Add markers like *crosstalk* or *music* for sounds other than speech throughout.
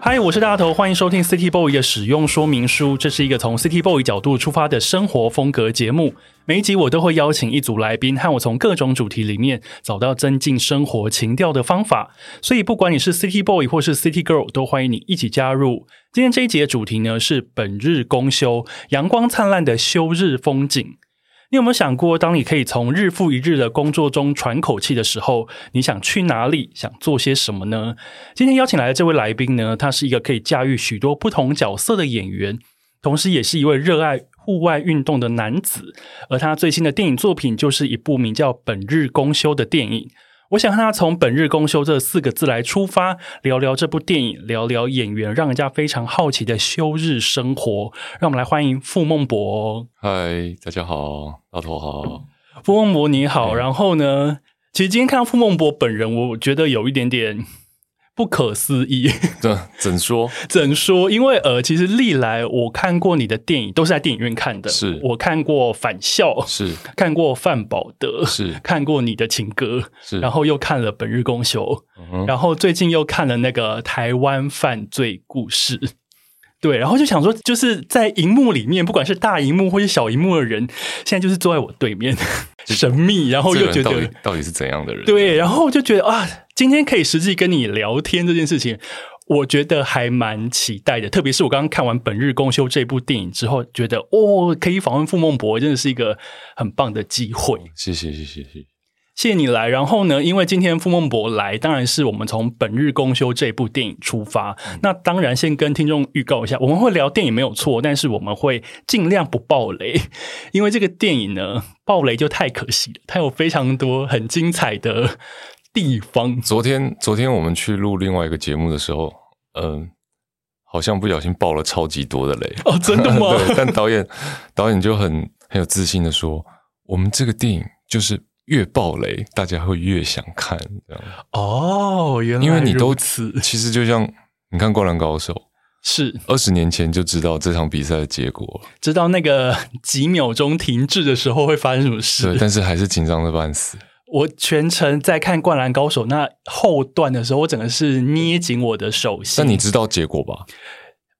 嗨，我是大头，欢迎收听 City Boy 的使用说明书。这是一个从 City Boy 角度出发的生活风格节目。每一集我都会邀请一组来宾，和我从各种主题里面找到增进生活情调的方法。所以，不管你是 City Boy 或是 City Girl，都欢迎你一起加入。今天这一集的主题呢是本日公休，阳光灿烂的休日风景。你有没有想过，当你可以从日复一日的工作中喘口气的时候，你想去哪里，想做些什么呢？今天邀请来的这位来宾呢，他是一个可以驾驭许多不同角色的演员，同时也是一位热爱户外运动的男子。而他最新的电影作品就是一部名叫《本日公休》的电影。我想和他从“本日公休”这四个字来出发，聊聊这部电影，聊聊演员让人家非常好奇的休日生活。让我们来欢迎傅孟博。嗨，大家好，大 *clears throat* 头好。傅孟博你好，嗯然后呢，其实今天看到傅孟博本人，我觉得有一点点不可思议。 *laughs* 这怎说？怎说？因为呃，其实历来我看过你的电影都是在电影院看的，是我看过《返校》，是看过《范保德》，是看过你的情歌，是，嗯然后又看了《本日公休》哼然后最近又看了那个《台湾犯罪故事》。 *laughs* 对，然后就想说，就是在荧幕里面，不管是大荧幕或是小荧幕的人，现在就是坐在我对面，神秘，然后这又个觉人到得底到底是怎样的人？对，然后就觉得啊，今天可以实际跟你聊天这件事情，我觉得还蛮期待的。特别是我刚刚看完《本日公休》这部电影之后，觉得哦，可以访问傅孟博，真的是一个很棒的机会。谢谢谢谢谢谢。谢谢你来。然后呢，因为今天傅孟博来，当然是我们从《本日公休》这部电影出发。嗯那当然，先跟听众预告一下，我们会聊电影没有错，但是我们会尽量不爆雷， *laughs* 因为这个电影呢，爆雷就太可惜了。它有非常多很精彩的地方。昨天昨天我们去录另外一个节目的时候，嗯、好像不小心爆了超级多的雷。 *laughs* 哦，真的吗？对，但导演导演就很很有自信的说，我们这个电影就是越爆雷，大家会越想看这样。哦，原来因为你都如此其实就像你看《灌篮高手》，是二十年前就知道这场比赛的结果了，知道那个几秒钟停滞的时候会发生什么事对，。但是还是紧张的半死。我全程在看《灌篮高手》那后段的时候，我整个是捏紧我的手心。但你知道结果吧？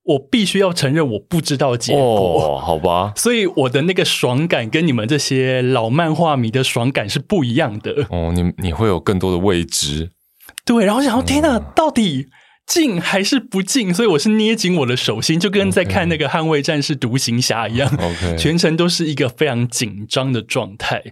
我必须要承认，我不知道结果。 *laughs* 哦，好 *laughs* 吧，所以我的那个爽感跟你们这些老漫画迷的爽感是不一样的，哦，你你会有更多的未知，对。然后想说，天哪，嗯到底进还是不进？所以我是捏紧我的手心，就跟在看那个《捍卫战士》《独行侠》一样 *laughs* OK 全程都是一个非常紧张的状态。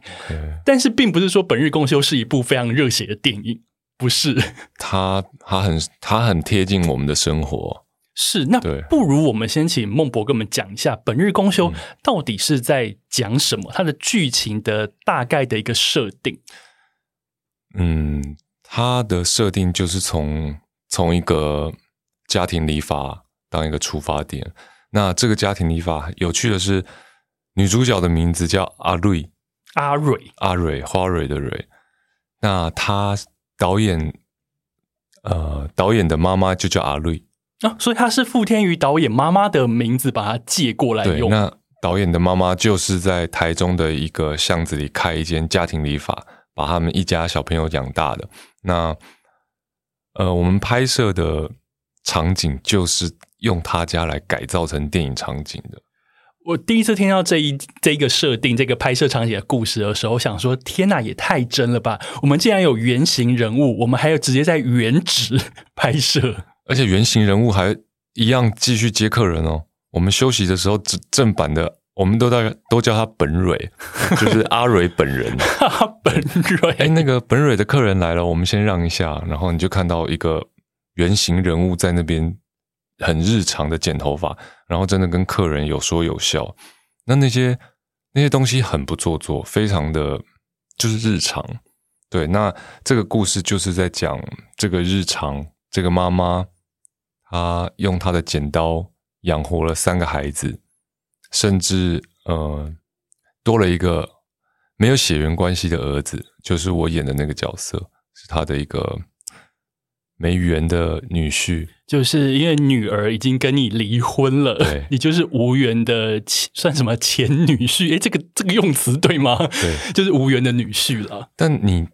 但是，并不是说《本日公休》是一部非常热血的电影，不是。它它很它很贴近我们的生活。是，那对嗯不如我们先请孟博跟我们讲一下《本日公休》到底是在讲什么，它的剧情的大概的一个设定。嗯，它的设定就是从从一个家庭理发当一个出发点。那这个家庭理发有趣的是，女主角的名字叫阿瑞，阿蕊阿蕊花蕊的蕊。那她导演呃导演的妈妈就叫阿瑞，啊，所以他是傅天宇导演妈妈的名字，把它借过来对，用。那导演的妈妈就是在台中的一个巷子里开一间家庭理发，把他们一家小朋友养大的。那呃，我们拍摄的场景就是用他家来改造成电影场景的。我第一次听到这一这个设定、这个拍摄场景的故事的时候，我想说：天呐，也太真了吧！我们竟然有原型人物，我们还有直接在原址拍摄。而且原型人物还一样继续接客人哦。我们休息的时候，正正版的我们都在都叫他本蕊， *laughs* 就是阿蕊本人。本哎，瑞，那个本蕊的客人来了，我们先让一下，然后你就看到一个原型人物在那边很日常的剪头发，然后真的跟客人有说有笑。那那些那些东西很不做作，非常的就是日常。对，那这个故事就是在讲这个日常，这个妈妈她用她的剪刀养活了三个孩子，甚至呃多了一个没有血缘关系的儿子，就是我演的那个角色，是他的一个没缘的女婿。就是因为女儿已经跟你离婚了对， *laughs* 你就是无缘的前算什么前女婿？诶，这个这个用词对吗？ *laughs* 对，就是无缘的女婿了。但你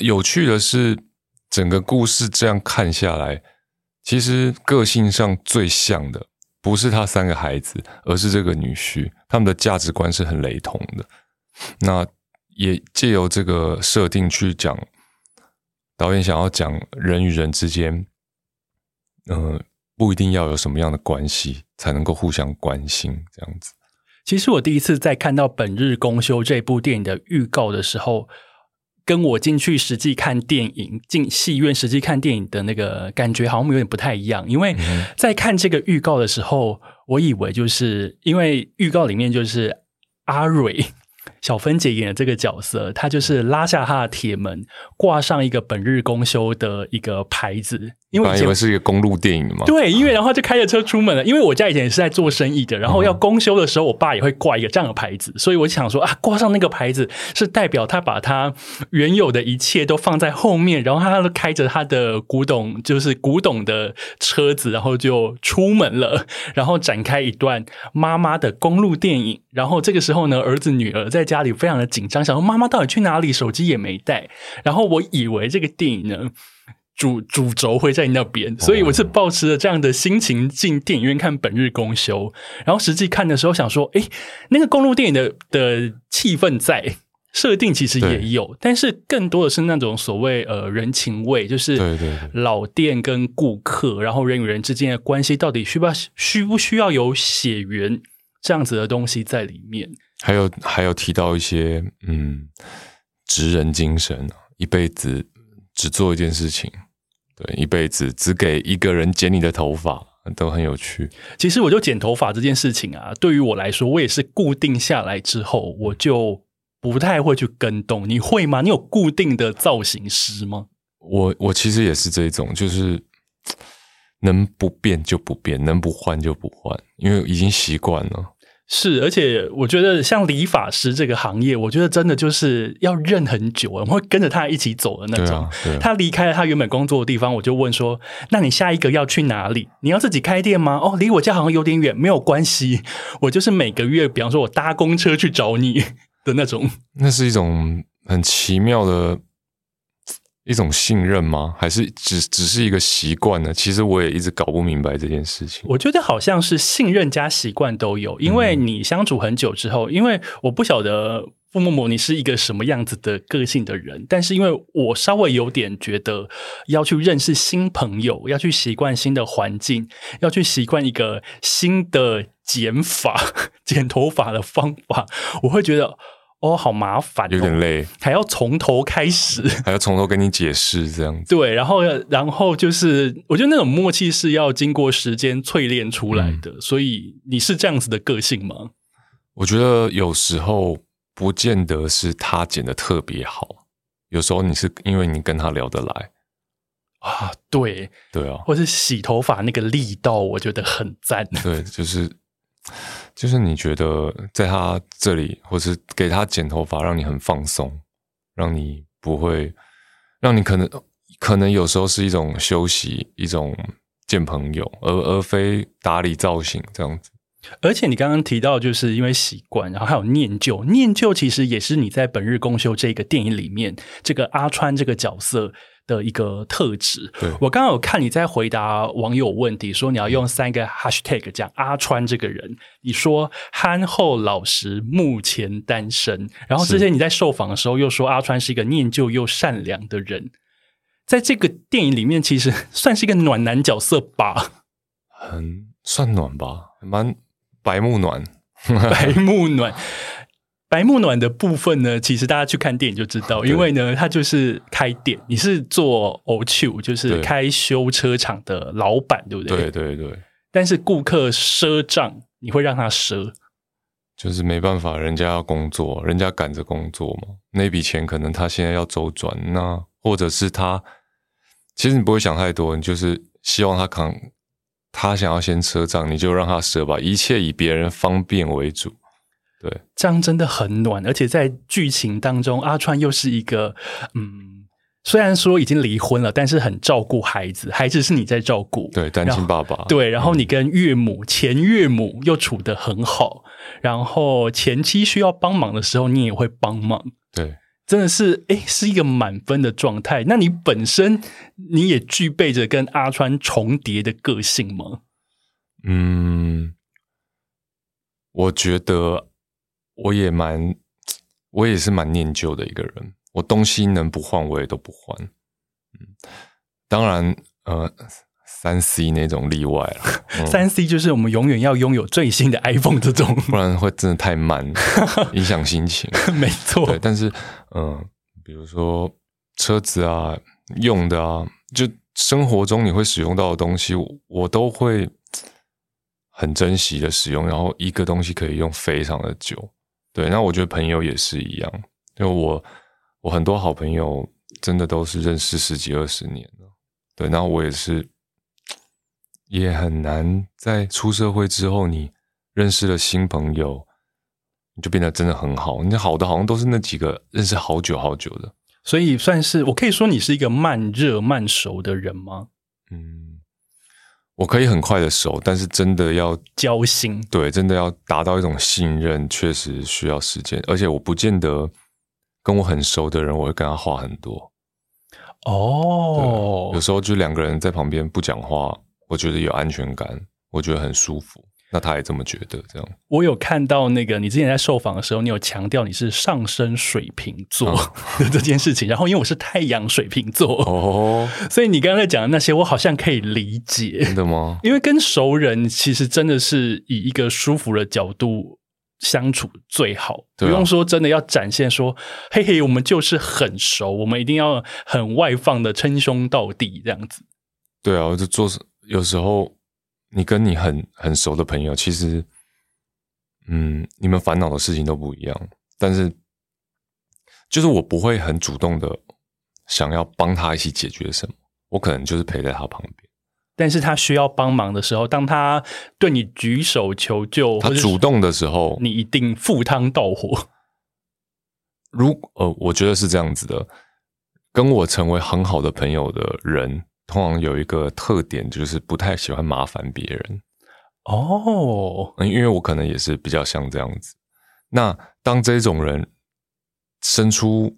有趣的是，整个故事这样看下来，其实个性上最像的不是他三个孩子，而是这个女婿，他们的价值观是很雷同的。那也借由这个设定去讲，导演想要讲人与人之间，呃，不一定要有什么样的关系才能够互相关心，这样子。其实我第一次在看到《本日公休》这部电影的预告的时候，跟我进去实际看电影、进戏院实际看电影的那个感觉好像有点不太一样。因为在看这个预告的时候，我以为就是因为预告里面就是阿蕊。小芬姐演的这个角色，她就是拉下她的铁门，挂上一个本日公休的一个牌子，因为以本来以前为是一个公路电影嘛，对，因为然后他就开着车出门了。因为我家以前也是在做生意的，然后要公休的时候，我爸也会挂一个这样的牌子，所以我就想说啊，挂上那个牌子是代表他把他原有的一切都放在后面，然后他都开着他的古董，就是古董的车子，然后就出门了，然后展开一段妈妈的公路电影。然后这个时候呢，儿子女儿在家里非常的紧张，想说妈妈到底去哪里，手机也没带。然后我以为这个电影呢。主主轴会在那边，所以我哦是抱持着这样的心情进电影院看《本日公休》，然后实际看的时候想说，诶，那个公路电影的的气氛在设定其实也对有，但是更多的是那种所谓呃人情味，就是对对对老店跟顾客，然后人与人之间的关系到底需不需不需要有血缘这样子的东西在里面。还有还有提到一些嗯，职人精神，啊一辈子只做一件事情，对，一辈子只给一个人剪你的头发，都很有趣。其实我就剪头发这件事情啊，对于我来说，我也是固定下来之后，我就不太会去跟动。你会吗？你有固定的造型师吗？我我其实也是这种，就是嘖能不变就不变，能不换就不换，因为已经习惯了。是，而且我觉得像理发师这个行业，我觉得真的就是要认很久，我们会跟着他一起走的那对种。啊，对啊，他离开了他原本工作的地方，我就问说：“那你下一个要去哪里？你要自己开店吗？哦，离我家好像有点远，没有关系，我就是每个月，比方说我搭公车去找你的那种。那是一种很奇妙的。嘖一种信任吗？还是只只是一个习惯呢？其实我也一直搞不明白这件事情。我觉得好像是信任加习惯都有，因为嗯你相处很久之后，因为我不晓得傅某某你是一个什么样子的个性的人，但是因为我稍微有点觉得要去认识新朋友，要去习惯新的环境，要去习惯一个新的 *laughs* 剪法、剪头发的方法，我会觉得哦，好麻烦、哦，有点累，还要从头开始。还要从头跟你解释这样子。对，然后然后就是，我觉得那种默契是要经过时间淬炼出来的，所以你是这样子的个性吗？我觉得有时候不见得是他剪的特别好，有时候你是因为你跟他聊得来，啊，对，对啊，或是洗头发那个力道，我觉得很赞。对，就是就是你觉得在他这里，或是给他剪头发，让你很放松，让你不会，让你可能可能有时候是一种休息，一种见朋友，而而非打理造型这样子。而且你刚刚提到，就是因为习惯，然后还有念旧，念旧其实也是你在《本日公休》这个电影里面，这个阿川这个角色的一个特质。对我刚刚有看你在回答网友问题，说你要用三个 hashtag 讲阿川这个人，你说憨厚老实，目前单身，然后之前你在受访的时候又说阿川是一个念旧又善良的人。在这个电影里面，其实算是一个暖男角色吧，很算暖吧，蛮白木暖。 *laughs* 白木暖。白木暖的部分呢，其实大家去看电影就知道，对因为呢，他就是开店，你是做 O t o 就是对开修车厂的老板，对不对？对对对，但是顾客赊账，你会让他赊，就是没办法，人家要工作，人家赶着工作嘛，那笔钱可能他现在要周转，那或者是他，其实你不会想太多，你就是希望他扛，他想要先赊账，你就让他赊吧，一切以别人方便为主。这样真的很暖。而且在剧情当中，阿川又是一个嗯，虽然说已经离婚了，但是很照顾孩子，孩子是你在照顾，对，单亲然后爸爸，对，然后你跟岳母、前岳母又处得很好，然后前妻需要帮忙的时候，你也会帮忙，对真的是诶，是一个满分的状态。那你本身你也具备着跟阿川重叠的个性吗？嗯，我觉得我也蛮，我也是蛮念旧的一个人。我东西能不换，我也都不换。嗯，当然，呃，三 C 那种例外了，嗯三 C 就是我们永远要拥有最新的 iPhone 这种， *laughs* 不然会真的太慢，影响心情。没对，错，但是，嗯、比如说车子啊、用的啊，就生活中你会使用到的东西，我我都会很珍惜的使用。然后一个东西可以用非常的久，对。那我觉得朋友也是一样，就我我很多好朋友真的都是认识十几二十年了，对。然后我也是，也很难在出社会之后，你认识了新朋友。你就变得真的很好。你好的好像都是那几个认识好久好久的，所以算是我可以说你是一个慢热慢熟的人吗？嗯，我可以很快的熟，但是真的要交心，对，真的要达到一种信任，确实需要时间。而且我不见得跟我很熟的人，我会跟他话很多。对哦有，时候就两个人在旁边不讲话，我觉得有安全感，我觉得很舒服。那他也这么觉得，这样我有看到那个你之前在受访的时候，你有强调你是上升水瓶座嗯 *laughs* 的这件事情。然后因为我是太阳水瓶座，哦，所以你刚才讲的那些，我好像可以理解真。的吗？因为跟熟人其实真的是以一个舒服的角度相处最好，不对啊用说真的要展现说，嘿嘿，我们就是很熟，我们一定要很外放的称兄道弟这样子。对啊，我就做有时候你跟你很很熟的朋友，其实嗯，你们烦恼的事情都不一样，但是就是我不会很主动的想要帮他一起解决什么，我可能就是陪在他旁边，但是他需要帮忙的时候，当他对你举手求救，他或者是主动的时候，你一定赴汤蹈火。如呃，我觉得是这样子的，跟我成为很好的朋友的人，通常有一个特点，就是不太喜欢麻烦别人。哦，嗯，因为我可能也是比较像这样子。那当这种人伸出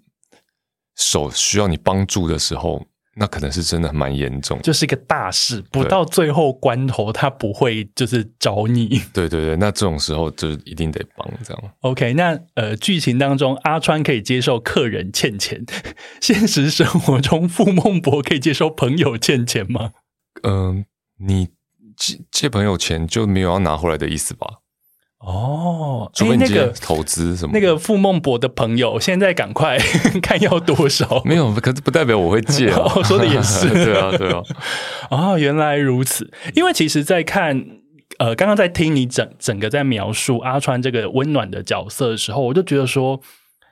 手需要你帮助的时候，那可能是真的蛮严重的。就是一个大事，不到最后关头，他不会就是找你。 *laughs* 对对对，那这种时候就一定得帮，这样 OK，那呃，剧情当中阿川可以接受客人欠钱， *laughs* 现实生活中傅孟博可以接受朋友欠钱吗？嗯、你借借朋友钱就没有要拿回来的意思吧？哦，除非诶你那借个投资什么的、那个傅孟博的朋友，现在赶快 *laughs* 看要多少。。没有，可是不代表我会借、啊我哦说的也是 *laughs* 对啊，对啊， *laughs* 哦，原来如此。因为其实，在看呃，刚刚在听你整整个在描述阿川这个温暖的角色的时候，我就觉得说，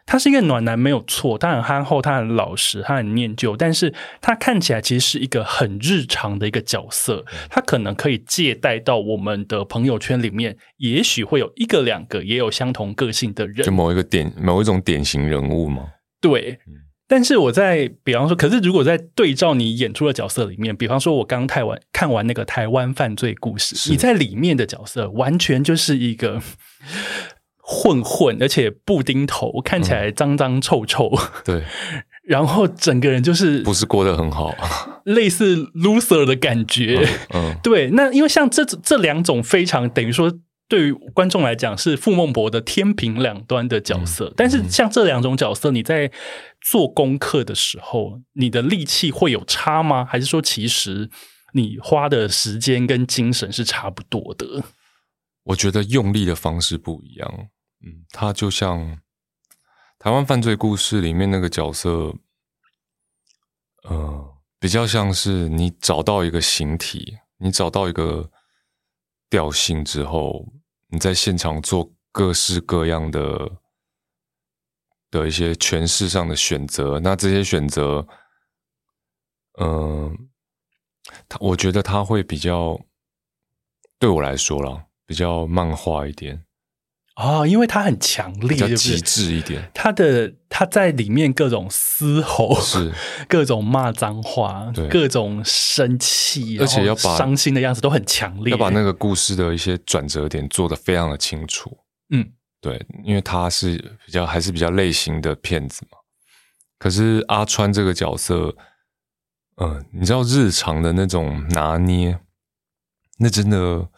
他是一个暖男没有错，他很憨厚，他很老实，他很念旧，但是他看起来其实是一个很日常的一个角色，他可能可以借贷到我们的朋友圈里面，也许会有一个两个也有相同个性的人就，某一个典某一种典型人物嘛。对，嗯但是我在比方说，可是如果在对照你演出的角色里面，比方说我刚台完看完那个台湾犯罪故事，是你在里面的角色完全就是一个 *laughs* 混混，而且布丁头，看起来嗯脏脏臭臭，对，然后整个人就是不是过得很好。类似 loser 的感觉。嗯，对，那因为像这这两种非常等于说对于观众来讲是傅孟博的天平两端的角色。嗯但是像这两种角色，你在做功课的时候，你的力气会有差吗？还是说其实你花的时间跟精神是差不多的？我觉得用力的方式不一样。嗯，他就像台湾犯罪故事里面那个角色，呃，比较像是你找到一个形体，你找到一个调性之后，你在现场做各式各样的的一些诠释上的选择。那这些选择，嗯、他我觉得他会比较对我来说啦，比较漫画一点，哦，因为他很强比力，较对不极对？致一点，他的他在里面各种嘶吼，是。 *laughs* 各种骂脏话对，各种生气，而且然要后把伤心的样子都很强烈。要把那个故事的一些转折点做得非常的清楚。嗯，对，因为他是比较还是比较类型的骗子嘛。可是阿川这个角色，呃，你知道日常的那种拿捏，那真的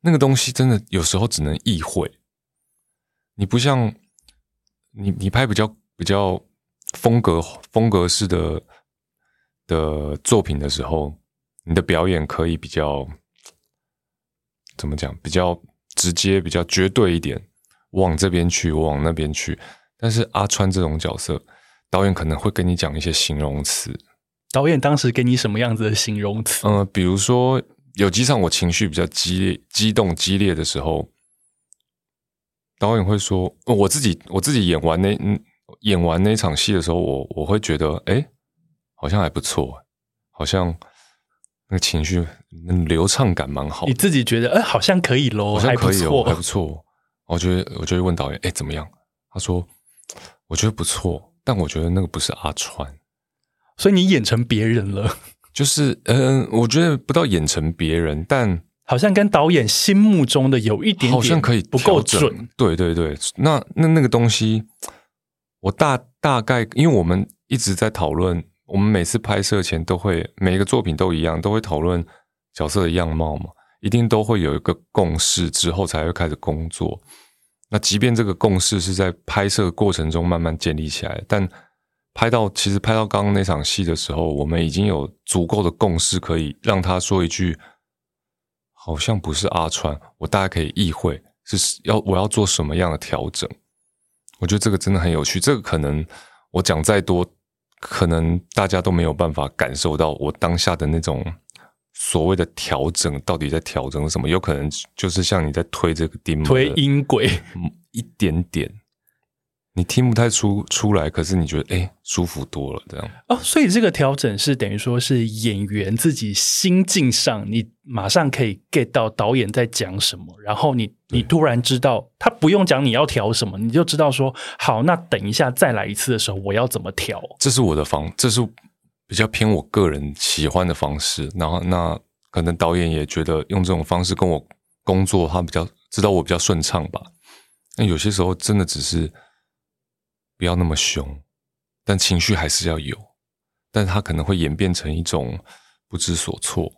那个东西真的有时候只能意会。你不像你你拍比较比较风格风格式的的作品的时候，你的表演可以比较怎么讲？比较直接、比较绝对一点，我往这边去，我往那边去。但是阿川这种角色，导演可能会跟你讲一些形容词，导演当时给你什么样子的形容词？嗯、比如说有几场我情绪比较激烈、激动、激烈的时候，导演会说，呃我自己我自己演完那嗯演完那场戏的时候，我我会觉得，哎、好像还不错，好像那个情绪嗯流畅感蛮好你的，自己觉得，哎、好像可以喽，好像还可不以哦，还错不。错。我就会我就会问导演，哎、怎么样？他说，我觉得不错，但我觉得那个不是阿川。所以你演成别人了，就是，嗯、我觉得不到演成别人，但好像跟导演心目中的有一点点好像可以不够调整嗯准。。对对对，那那那个东西，我大大概因为我们一直在讨论，我们每次拍摄前都会每一个作品都一样，都会讨论角色的样貌嘛，一定都会有一个共识之后才会开始工作。那即便这个共识是在拍摄过程中慢慢建立起来，但拍到其实拍到刚刚那场戏的时候，我们已经有足够的共识，可以让他说一句“好像不是阿川”，我大概可以意会是要我要做什么样的调整。我觉得这个真的很有趣，这个可能我讲再多，可能大家都没有办法感受到我当下的那种所谓的调整到底在调整什么，有可能就是像你在推这个钉嘛，推音轨，嗯一点点，你听不太出出来，可是你觉得哎、诶舒服多了，这样哦，所以这个调整是等于说是演员自己心境上，你马上可以 get 到导演在讲什么，然后你你突然知道他不用讲你要调什么，你就知道说好，那等一下再来一次的时候我要怎么调。这是我的方，这是比较偏我个人喜欢的方式。然后那可能导演也觉得用这种方式跟我工作，他比较知道我比较顺畅吧。那有些时候真的只是不要那么凶，但情绪还是要有，但他可能会演变成一种不知所措。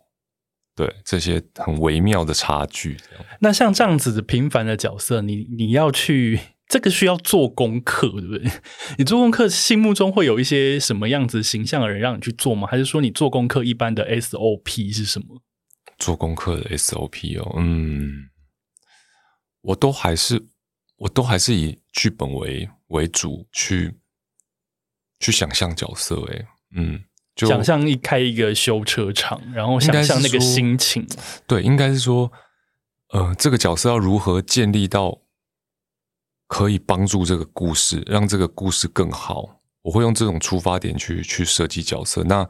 对这些很微妙的差距，这样那像这样子的平凡的角色，你你要去 *laughs* 这个需要做功课，对不对？ *laughs* 你做功课心目中会有一些什么样子形象的人让你去做吗？还是说你做功课一般的 SOP 是什么？做功课的 SOP 哦，嗯，我都还是我都还是以剧本为为主去去想象角色，诶，嗯，就想象一开一个修车厂，然后想象那应该个是说心情，对，应该是说，呃，这个角色要如何建立到可以帮助这个故事，让这个故事更好。我会用这种出发点去去设计角色。那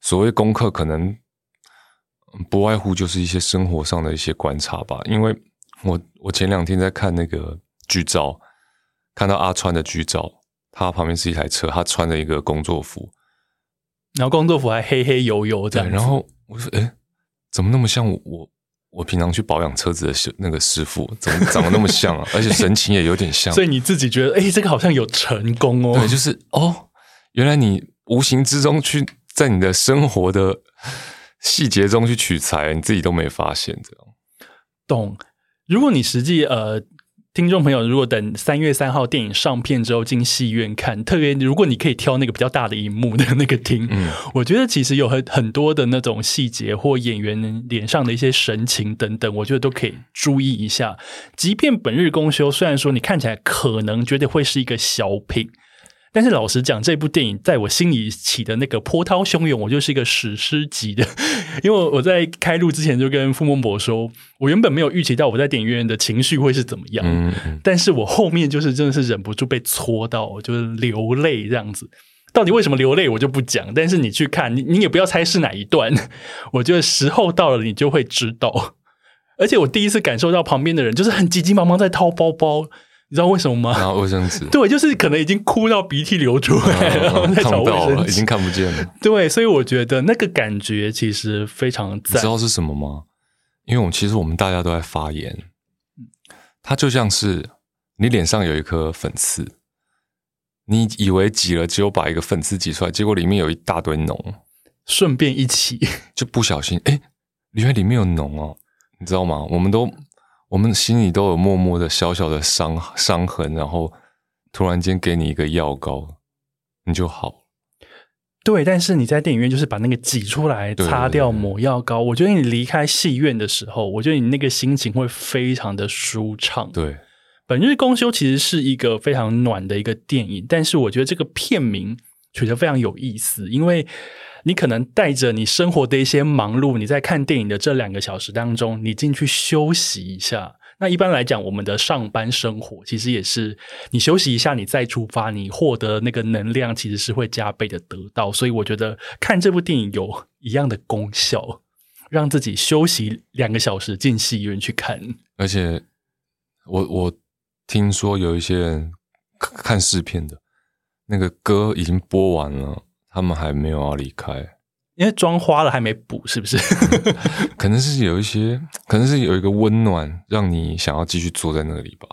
所谓功课，可能嗯不外乎就是一些生活上的一些观察吧。因为我我前两天在看那个剧照，看到阿川的剧照，他旁边是一台车，他穿着一个工作服，然后工作服还黑黑油油这对，样子。然后我就说，哎，怎么那么像我我我平常去保养车子的师那个师傅，怎么长得那么像 *laughs* 啊？而且神情也有点像。所以你自己觉得，哎、这个好像有成功哦对，。就是哦，原来你无形之中去在你的生活的细节中去取材，你自己都没发现这样。懂。如果你实际呃，听众朋友，如果等三月三号电影上片之后进戏院看，特别如果你可以挑那个比较大的荧幕的那个厅，嗯我觉得其实有很很多的那种细节或演员脸上的一些神情等等，我觉得都可以注意一下。即便本日公休，虽然说你看起来可能觉得会是一个小品。但是老实讲，这部电影在我心里起的那个波涛汹涌，我就是一个史诗级的。 *laughs* 因为我在开录之前就跟傅孟博说，我原本没有预期到我在电影院的情绪会是怎么样，嗯嗯但是我后面就是真的是忍不住被戳到，我就是流泪这样子。到底为什么流泪，我就不讲。但是你去看，你你也不要猜是哪一段， *laughs* 我觉得时候到了，你就会知道。而且我第一次感受到旁边的人就是很急急忙忙在掏包包，你知道为什么然吗？后卫生纸 *laughs* 对，就是可能已经哭到鼻涕流出来了，然后 *laughs* 嗯在看找不卫到生了，已纸经。看不见了。对，所以我觉得那个感觉其实非常你知赞。道是什么吗？因为我们其实我们大家都在发炎，它就像是你脸上有一颗粉刺，你以为挤了只有把一个粉刺挤出来，结果里面有一大堆脓，顺便一起，就不小心哎，诶原来里面有脓哦，你知道吗？我们都我们心里都有默默的小小的伤伤痕，然后突然间给你一个药膏，你就好了。对，但是你在电影院就是把那个挤出来，对擦掉对对抹药膏。我觉得你离开戏院的时候，我觉得你那个心情会非常的舒畅。，对，本日公休其实是一个非常暖的一个电影，但是我觉得这个片名取得非常有意思，因为你可能带着你生活的一些忙碌，你在看电影的这两个小时当中，你进去休息一下。那一般来讲，我们的上班生活其实也是你休息一下，你再出发，你获得那个能量其实是会加倍的得到。所以我觉得看这部电影有一样的功效，让自己休息两个小时进戏院去看。而且我我听说有一些人看看试片的，那个歌已经播完了，他们还没有要离开，因为妆花了还没补，是不 *laughs* 是？可能是有一些，可能是有一个温暖，让你想要继续坐在那里吧，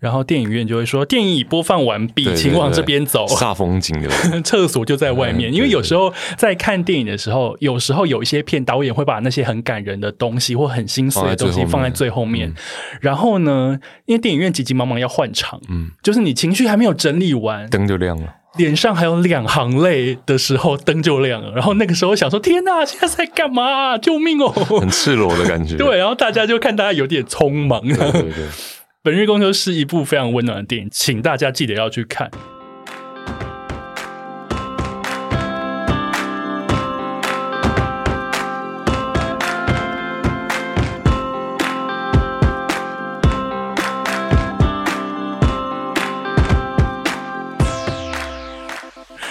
然后电影院就会说电影已播放完毕，对对请往这边走。煞风景的， *laughs* 厕所就在外面，嗯因为有对时候在看电影的时候，有时候有一些片导演会把那些很感人的东西或很心碎的东西放放在在最最后后面面。然后呢，因为电影院急急忙忙要换场，嗯，就是你情绪还没有整理完，灯就亮了。脸上还有两行泪的时候，灯就亮了。然后那个时候想说：“天哪，现在在干嘛啊、救命 *laughs* 哦很赤裸的感！”觉， *laughs* 对，然后大家就看大家有点匆忙，对对对，本日公休是一部非常温暖的电影，请大家记得要去看。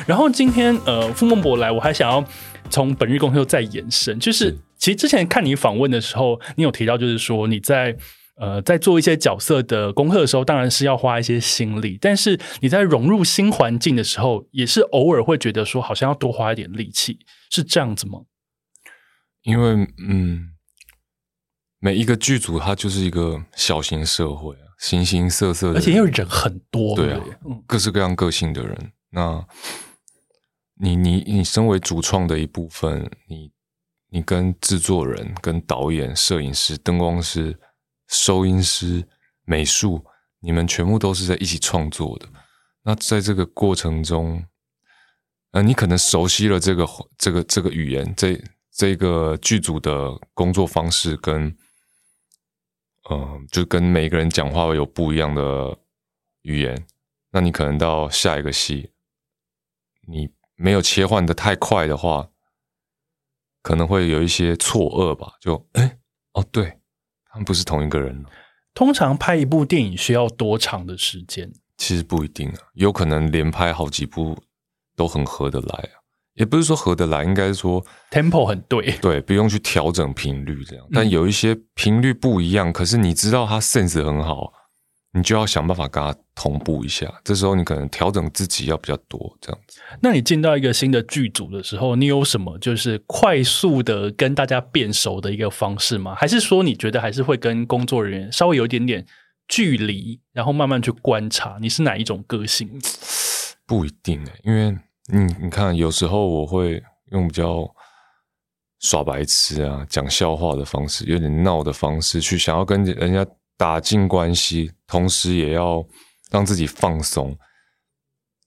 然后今天呃，傅孟博来，我还想要从本日公休再延伸，就是是其实之前看你访问的时候，你有提到就是说你在。呃，在做一些角色的功课的时候，当然是要花一些心力，但是你在融入新环境的时候，也是偶尔会觉得说，好像要多花一点力气，是这样子吗？因为嗯，每一个剧组它就是一个小型社会啊，形形色色的，而且因为人很多，对啊不嗯，各式各样个性的人。那你你你身为主创的一部分，你你跟制作人、跟导演、摄影师、灯光师、收音师、美术，你们全部都是在一起创作的。那在这个过程中，呃，你可能熟悉了这个这个这个语言，这这个剧组的工作方式跟，呃，就跟每个人讲话有不一样的语言。那你可能到下一个戏，你没有切换的太快的话，可能会有一些错愕吧。就哎、诶哦，对，他们不是同一个人，通常拍一部电影需要多长的时间？其实不一定啊，有可能连拍好几部都很合得来啊。也不是说合得来，应该是说 tempo 很对，对，不用去调整频率这样。嗯但有一些频率不一样，可是你知道他 sense 很好，你就要想办法跟他同步一下。这时候你可能调整自己要比较多这样。那你进到一个新的剧组的时候，你有什么就是快速的跟大家变熟的一个方式吗？还是说你觉得还是会跟工作人员稍微有一点点距离，然后慢慢去观察你是哪一种个性？欸不一定诶、因为你你看，有时候我会用比较耍白痴啊、讲笑话的方式，有点闹的方式，去想要跟人家打进关系，同时也要让自己放松。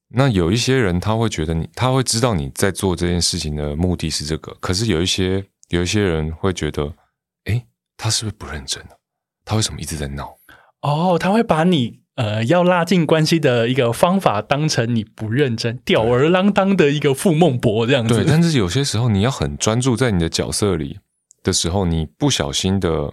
那有一些人他会觉得你，他会知道你在做这件事情的目的是这个，可是有一些有一些人会觉得，诶，他是不是不认真啊？他为什么一直在闹？哦，他会把你呃要拉近关系的一个方法当成你不认真、吊儿郎当的一个傅孟博这样子。对，但是有些时候你要很专注在你的角色里的时候，你不小心的，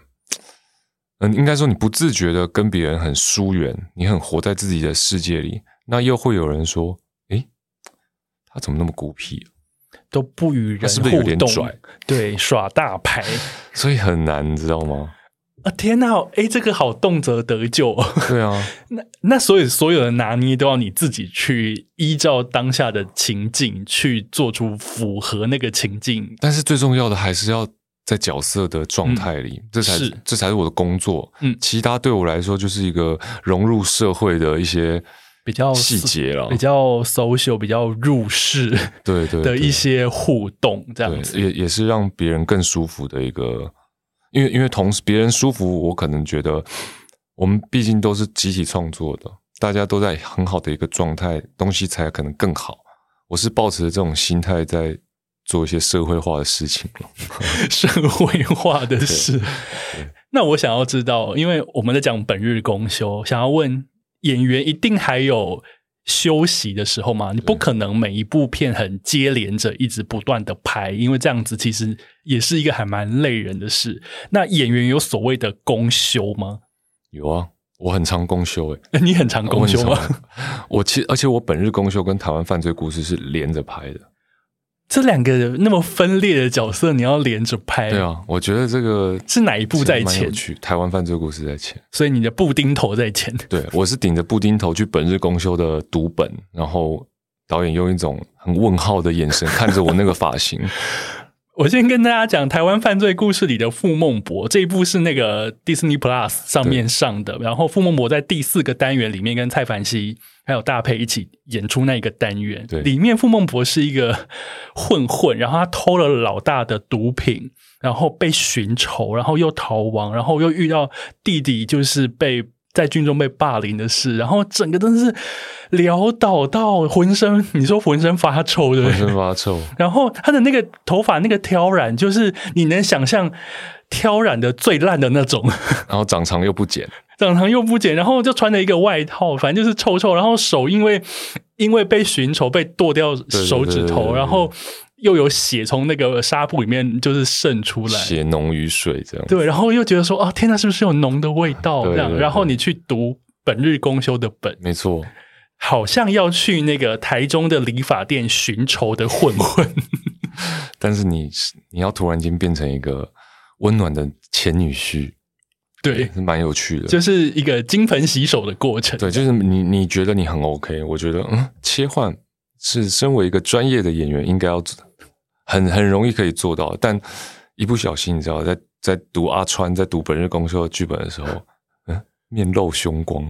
嗯，应该说你不自觉的跟别人很疏远，你很活在自己的世界里。那又会有人说，诶，他怎么那么孤僻啊、都不与人那是不是有互点动，拽对，耍大牌所以很难，你知 *laughs* 道吗？啊！天哪，哎，这个好动辄得哦咎。对啊，那那所以所有的拿捏都要你自己去依照当下的情境去做出符合那个情境。但是最重要的还是要在角色的状态里，这才嗯是这才是我的工作。嗯其他对我来说就是一个融入社会的一些比较细节了，比较 social、比较入世对的对对一些互动，这样子对，也也是让别人更舒服的一个，因为因为同时别人舒服，我可能觉得我们毕竟都是集体创作的，大家都在很好的一个状态，东西才可能更好。我是抱持着这种心态在做一些社会化的事情了。 *laughs* 社会化的事。那我想要知道，因为我们在讲本日公休，想要问演员一定还有休息的时候吗？你不可能每一部片很接连着一直不断的拍，因为这样子其实也是一个还蛮累人的事。那演员有所谓的公休吗？ *laughs* 有啊，我很常公休诶、欸你很常公休我很吗？ *laughs* 常我其实而且我本日公休跟台湾犯罪故事是连着拍的。这两个那么分裂的角色，你要连着拍，对，啊，我觉得这个哎是哪一部在蛮有前？趣台湾犯罪故事在前。所以你的布丁头在前。对，我是顶着布丁头去本日公休的读本，然后导演用一种很问号的眼神看着我那个发型。我先跟大家讲，台湾犯罪故事里的傅孟博这一部是那个 Disney Plus 上面上的，然后傅孟博在第四个单元里面跟蔡凡熙还有大佩一起演出那一个单元，对里面傅孟博是一个混混，然后他偷了老大的毒品，然后被寻仇，然后又逃亡，然后又遇到弟弟就是被在军中被霸凌的事，然后整个真的是潦倒到浑身，你说浑身发臭 *laughs* 对不浑对？身发臭， *laughs* 然后他的那个头发那个挑染，就是你能想象挑染的最烂的那种， *laughs* 然后长长又不剪，长长又不剪，然后就穿着一个外套，反正就是臭臭，然后手因为因为被寻仇被剁掉对手指对对头，对然后又有血从那个纱布里面就是渗出来，血浓于水这样。对，然后又觉得说啊，天呐，是不是有浓的味道对这对样？对然后你去读本日公休的本，没错，好像要去那个台中的理发店寻仇的混 *laughs* 混。但是你你要突然间变成一个温暖的前女婿，对，是蛮有趣的。就是一个金盆洗手的过 *laughs* 程。对，就是你你觉得你很 OK，我觉得嗯，切换是身为一个专业的演员应该要做很很容易可以做到，但一不小心，你知道，在在读阿川在读本日公休的剧本的时候，嗯，面露凶光，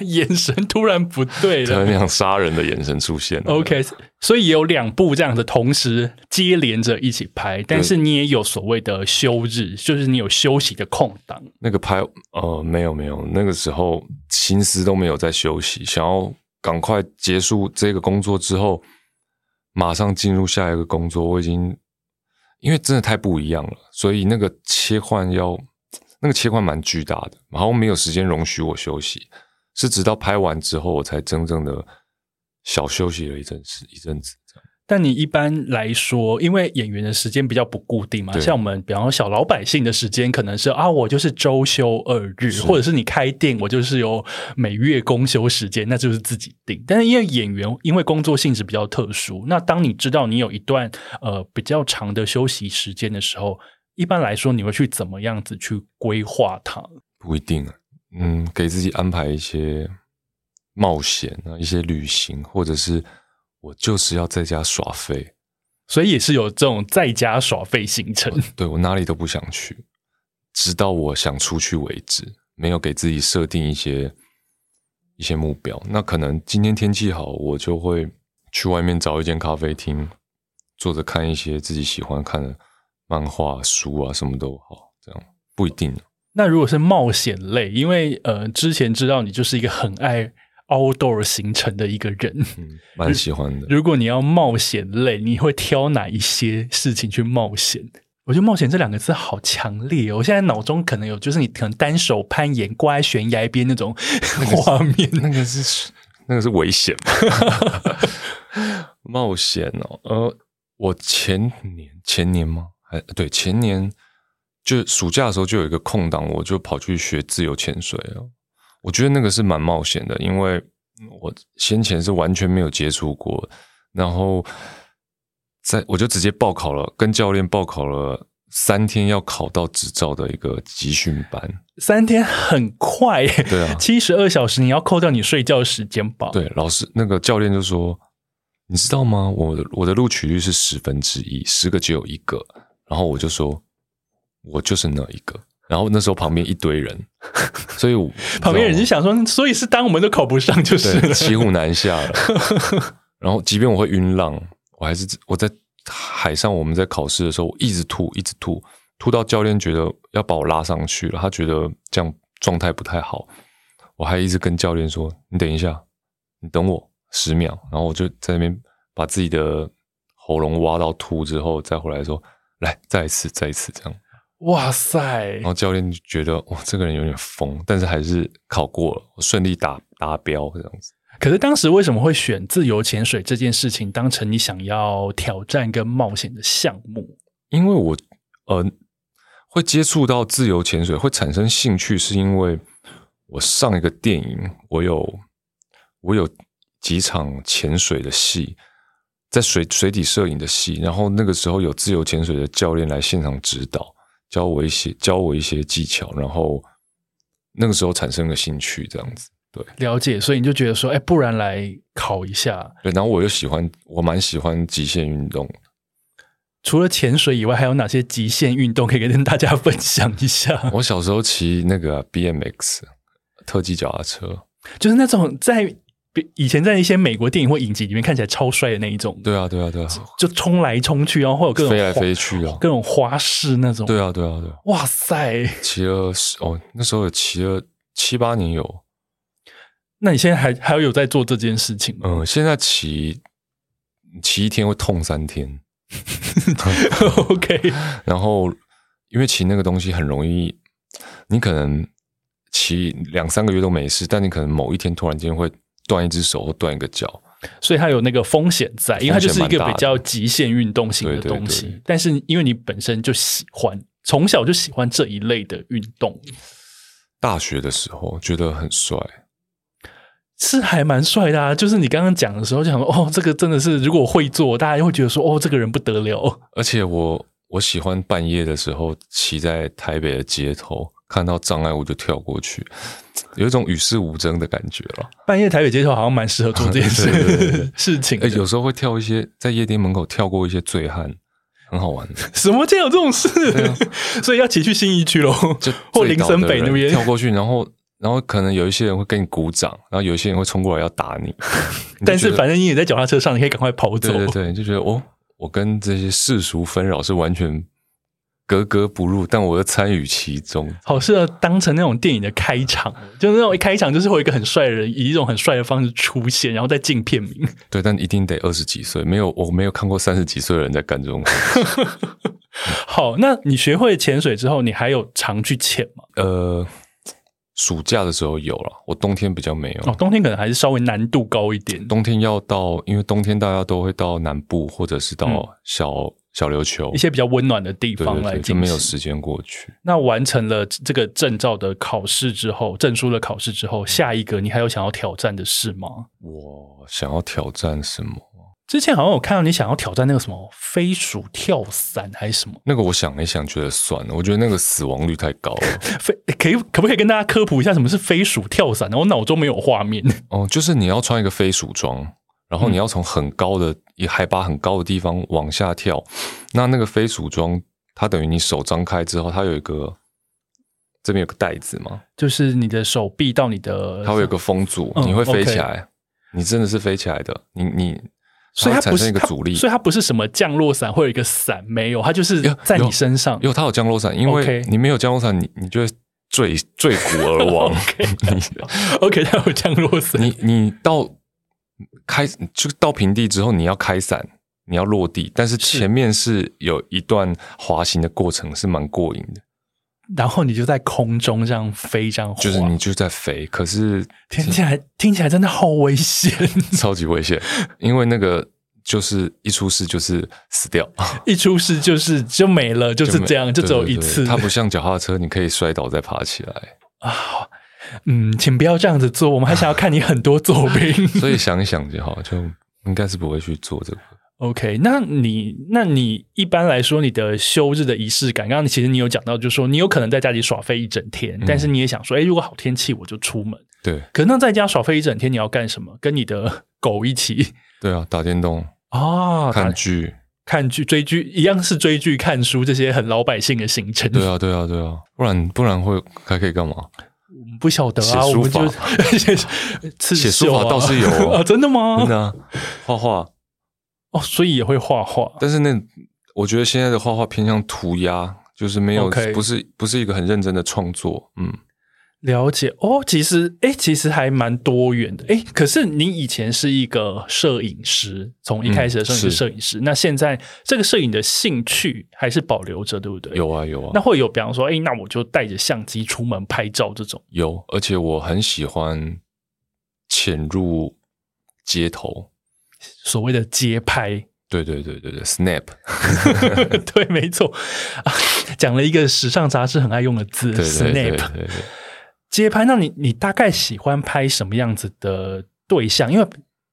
眼神突然不对他了。那样杀人的眼神出现了。 OK，所以也有两部这样子同时接连着一起拍，但是你也有所谓的休日，就是你有休息的空档。那个拍呃没有没有，那个时候心思都没有在休息，想要赶快结束这个工作之后，马上进入下一个工作。我已经因为真的太不一样了，所以那个切换要那个切换蛮巨大的，然后没有时间容许我休息，是直到拍完之后我才真正的小休息了一阵时一阵子。这样但你一般来说，因为演员的时间比较不固定嘛，对像我们比方说小老百姓的时间，可能是啊，我就是周休二日，是或者是你开店，我就是有每月公休时间，那就是自己定。但是因为演员因为工作性质比较特殊，那当你知道你有一段呃比较长的休息时间的时候，一般来说你会去怎么样子去规划它？不一定啊，嗯，给自己安排一些冒险啊，一些旅行，或者是我就是要在家耍废，所以也是有这种在家耍废行程我。对我哪里都不想去，直到我想出去为止，没有给自己设定一些一些目标。那可能今天天气好，我就会去外面找一间咖啡厅坐着看一些自己喜欢看的漫画、书啊，什么都好，这样不一定。啊那如果是冒险类，因为呃，之前知道你就是一个很爱 outdoor 行程的一个人，嗯，蛮喜欢的。如果你要冒险类，你会挑哪一些事情去冒险？我觉得“冒险”这两个字好强烈、哦，我现在脑中可能有，就是你可能单手攀岩、挂在悬崖边那种画面。 *laughs* 那个是那个是危险吧 *laughs* 冒险哦。呃，我前年前年吗？还对前年就暑假的时候就有一个空档，我就跑去学自由潜水了。我觉得那个是蛮冒险的，因为我先前是完全没有接触过，然后在我就直接报考了，跟教练报考了三天要考到执照的一个集训班。三天很快、耶对啊七十二小时你要扣掉你睡觉的时间吧？，对，老师那个教练就说：“你知道吗？我的我的录取率是十分之一，十个只有一个。”然后我就说：“我就是那一个。”然后那时候旁边一堆人， *laughs* 所以我旁边人就你知想说，所以是当我们都考不上就是道吗对了。骑虎难下了。然后即便我会晕浪，我还是我在海上我们在考试的时候，我一直吐，一直吐，吐到教练觉得要把我拉上去了，他觉得这样状态不太好。我还一直跟教练说：“你等一下，你等我十秒。”然后我就在那边把自己的喉咙挖到吐之后，再回来说：“来，再一次，再一次。”这样，哇塞然！后教练就觉得哇，这个人有点疯，但是还是考过了，我顺利达达标这样子。可是当时为什么会选自由潜水这件事情当成你想要挑战跟冒险的项目？因为我呃会接触到自由潜水，会产生兴趣，是因为我上一个电影，我有我有几场潜水的戏，在水水底摄影的戏，然后那个时候有自由潜水的教练来现场指导，教我一些教我一些技巧，然后那个时候产生了兴趣，这样子。了解，所以你就觉得说，哎，不然来考一下。对，然后我又喜欢，我蛮喜欢极限运动的除了潜水以外，还有哪些极限运动可以跟大家分享一下？ *laughs* 我小时候骑那个啊 BMX 特技脚踏车，就是那种在以前在一些美国电影或影集里面看起来超帅的那一种，对啊，对啊，对啊，就冲来冲去，然后会有各种飞来花飞去啊，各种花式那种。对啊，对啊，对啊，哇塞！骑了十哦，那时候有骑了七八年有，那你现在还还有在做这件事情 *laughs* 吗？嗯、现在骑骑一天会痛三天，哦 *laughs* OK，然后因为骑那个东西很容易，你可能骑两三个月都没事，但你可能某一天突然间会断一只手或断一个脚，所以它有那个风险在，因为它就是一个比较极限运动型的对对对东西。但是因为你本身就喜欢，从小就喜欢这一类的运动，大学的时候觉得很帅，是还蛮帅的啊。就是你刚刚讲的时候，就想说，哦，这个真的是，如果我会做，大家就会觉得说，哦，这个人不得了。 *laughs* 而且我我喜欢半夜的时候骑在台北的街头，看到障碍物就跳过去，有一种与世无争的感觉了。半夜台北街头好像蛮适合做这件事对对对对事情的。哎、有时候会跳一些在夜店门口跳过一些醉汉，很好玩的。什么竟然有这种事？啊 *laughs* 所以要骑去新一区喽，就 *laughs* 或醉林倒森的北人那边跳过去，然后然后可能有一些人会跟你鼓掌，然后有一些人会冲过来要打 *laughs* 你，你就但是觉得反正你也在脚踏车上，你可以赶快跑走。对对对，你就觉得哦，我跟这些世俗纷扰是完全格格不入，但我又参与其中。好适合当成那种电影的开场，就是那种一开场就是会有一个很帅的人以一种很帅的方式出现，然后再进片 *laughs* 名。对，但一定得二十几岁，没有我没有看过三十几岁的人在干这种事。好，那你学会潜水之后，你还有常去潜吗？呃，暑假的时候有了，我冬天比较没有。哦，冬天可能还是稍微难度高一点。嗯冬天要到，因为冬天大家都会到南部或者是嗯到小、小琉球一些比较温暖的地对方对来对，就进没有行。时间过去。那完成了这个证照的考试之后，证书的考试之嗯后，下一个你还有想要挑战的事吗？我想要挑战什么？之前好像有看到你想要挑战那个什么飞鼠跳伞还是什么那个我想了一想，觉得算了，我觉得那个死亡率太高了。飞，可以可不可以跟大家科普一下什么是飞鼠跳伞呢？我脑中没有画面。哦，就是你要穿一个飞鼠装，然嗯后你要从很高的、一海拔很高的地方往下跳。那那个飞鼠装，它等于你手张开之后，它有一个这边有个袋子嘛， *laughs* 就是你的手臂到你的，它会有个风阻，嗯你会飞 OK 起来。你真的是飞起来的，你你所以它它会产不生是一个它阻力所以它不是什么降落伞会有一个伞，没有，它就是有在你有身上因。为它有降落伞，因 OK 为你没有降落伞，你你就会坠坠谷 *laughs* 而亡。 *laughs* *laughs* OK，它有降落伞。你你到开就到平地之后，你要开伞，你要落地，但是是前面是有一段滑行的过程，是蛮过瘾的，然后你就在空中这样飞，这样滑就是你就在飞，可是听起来听起来真的好危 *laughs* 险，超级危险，因为那个就是一出事就是死掉，一出事就是就没了， *laughs* 就是没这样，就只有对一对对次。它不像脚踏车，你可以摔倒再爬起 *laughs* 来。啊，嗯，请不要这样子做，我们还想要看你很多作品。所以想一想就好，就应该是不会去做这个。 OK，那你那你一般来说你的休日的仪式感，刚刚其实你有讲到，就是说你有可能在家里耍飞一整天，嗯但是你也想说，哎、如果好天气我就出门。对可那在家耍飞一整天，你要干什么？跟你的 *laughs* 狗一起对啊，打电动、啊，打 *laughs* 看剧，看剧、追剧，一样是追剧、看书这些很老百姓的行程。对啊对啊对啊，不然不然会还可以干嘛？我们不晓得写啊，我书们法就 *laughs* 写刺写绣书法啊倒是有哦 *laughs* 啊，真的吗？真的啊， *laughs* 画画，哦，所以也会画画。但是那我觉得现在的画画偏向涂鸦，就是没有 OK 不是不是一个很认真的创作，嗯，了解哦，其实哎，其实还蛮多元的哎。可是你以前是一个摄影师，从一开始的时候你是嗯是摄影师，那现在这个摄影的兴趣还是保留着，对不对？有啊有啊，那会有，比方说，哎，那我就带着相机出门拍照这种。有，而且我很喜欢潜入街头，所谓的街拍， *laughs* 对对对对对，snap，对，没错、啊，讲了一个时尚杂志很爱用的字对对对对 “snap” 对，对街拍。那你你大概喜欢拍什么样子的对象？因为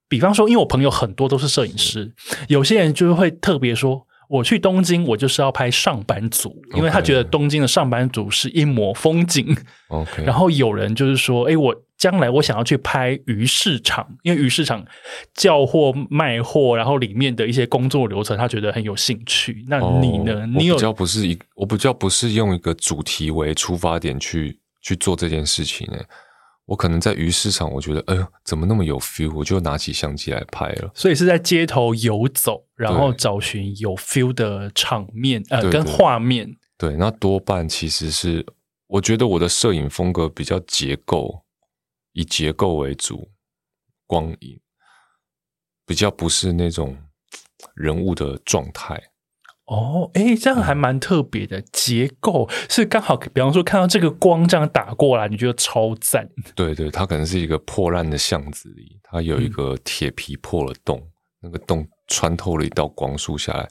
比方说，因为我朋友很多都是摄影师，有些人就会特别说。我去东京，我就是要拍上班族，因为他 OK 觉得东京的上班族是一抹风景。 ，OK，然后有人就是说，哎，我将来我想要去拍鱼市场，因为鱼市场叫货卖货，然后里面的一些工作流程，他觉得很有兴趣。那你呢？哦你有我比较不是一，我比较不是用一个主题为出发点去去做这件事情呢、欸我可能在鱼市场，我觉得，哎呦，怎么那么有 feel，我就拿起相机来拍了。所以是在街头游走，然后对找寻有 feel 的场面，呃，对跟对画面。对，那多半其实是，我觉得我的摄影风格比较结构，以结构为主，光影比较不是那种人物的状态。哦，哎，这样还蛮特别的。结构是刚好，比方说看到这个光这样打过来，你觉得超赞。 *laughs* 对对，它可能是一个破烂的巷子里，它有一嗯个铁皮破了洞，那个洞穿透了一道光束下来，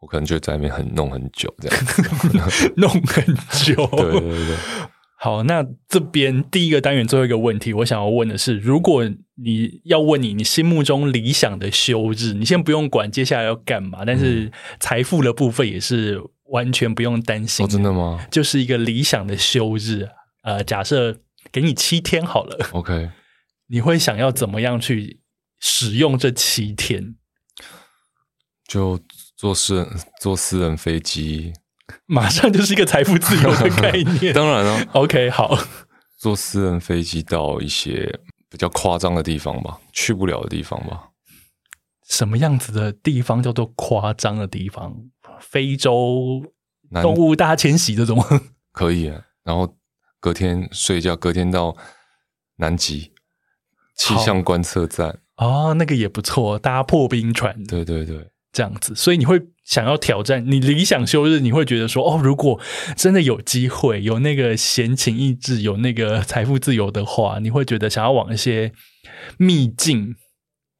我可能就在那边很弄很久这样子。弄很久。对对对对，哦好，那这边第一个单元最后一个问题，我想要问的是，如果你要问你你心目中理想的休日，你先不用管接下来要干嘛，但是财富的部分也是完全不用担心、哦，真的，吗就是一个理想的休日。呃，假设给你七天好了， *laughs* ？OK，你会想要怎么样去使用这七天？就坐私人坐私人飞机，马上就是一个财富自由的概 *laughs* 念。 *laughs* 当然啊， OK，好，坐私人飞机到一些比较夸张的地方吧，去不了的地方吧。什么样子的地方叫做夸张的地方？非洲南动物大迁徙这种 *laughs* 可以啊，然后隔天睡觉，隔天到南极气好象观测站。哦，那个也不错，搭破冰船对对对。这样子，所以你会想要挑战你理想休日，你会觉得说哦，如果真的有机会，有那个闲情逸致，有那个财富自由的话，你会觉得想要往一些秘境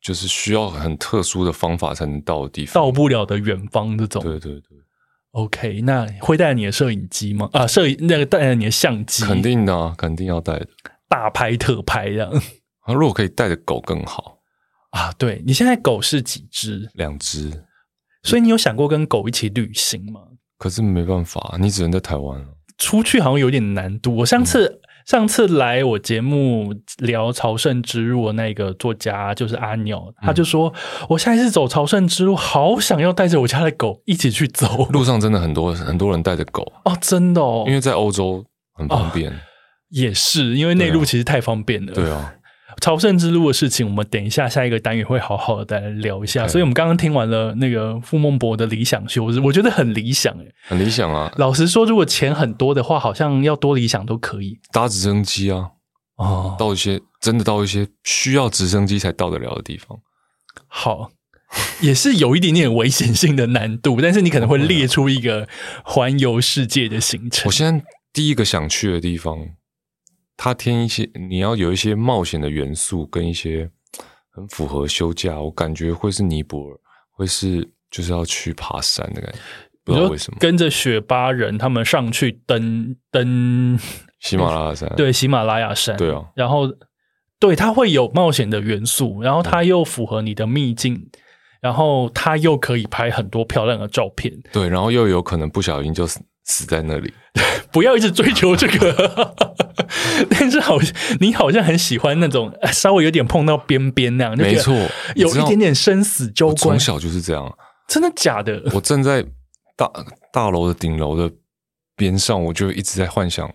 就是需要很特殊的方法才能到的地方。到不了的远方这种。对对对， OK，那会带你的摄影机吗？啊，摄影那个带着你的相机，肯定的、啊，肯定要带的。大拍特拍这样啊，如果可以带着狗更好，啊。对你现在狗是几只？两只。所以你有想过跟狗一起旅行吗？可是没办法，你只能在台湾啊。出去好像有点难度。我上次、上次来我节目聊朝圣之路的那个作家就是阿鸟，他就说、我下一次走朝圣之路，好想要带着我家的狗一起去走。路上真的很多很多人带着狗， *laughs* 哦，真的哦，因为在欧洲很方便。也是因为内对啊陆其实太方便了，对啊，朝圣之路的事情，我们等一下下一个单元会好好的来聊一下。嗯所以我们刚刚听完了那个傅孟博的理想修，我是我觉得很理想诶、很理想啊，老实说，如果钱很多的话，好像要多理想都可以搭直升机啊，哦。到一些真的到一些需要直升机才到得了的地方。好，也是有一点点危险性的难度，但是你可能会列出一个环游世界的行程我。现在第一个想去的地方，它添一些你要有一些冒险的元素，跟一些很符合休假，我感觉会是尼泊尔，会是就是要去爬山的感觉，不比如知道说为什么。跟着雪巴人他们上去登登喜马拉雅山，对喜马拉雅山，对啊，然后对它会有冒险的元素，然后嗯它又符合你的秘境，然后它又可以拍很多漂亮的照片。对，然后又有可能不小心就死死在那里。不要一直追求这个， *laughs* 但是好，你好像很喜欢那种呃稍微有点碰到边边那样，就觉得没错，有你知一道点点生死我攸关从。小就是这样，啊真的假的？我站在大大楼的顶楼的边上，我就一直在幻想，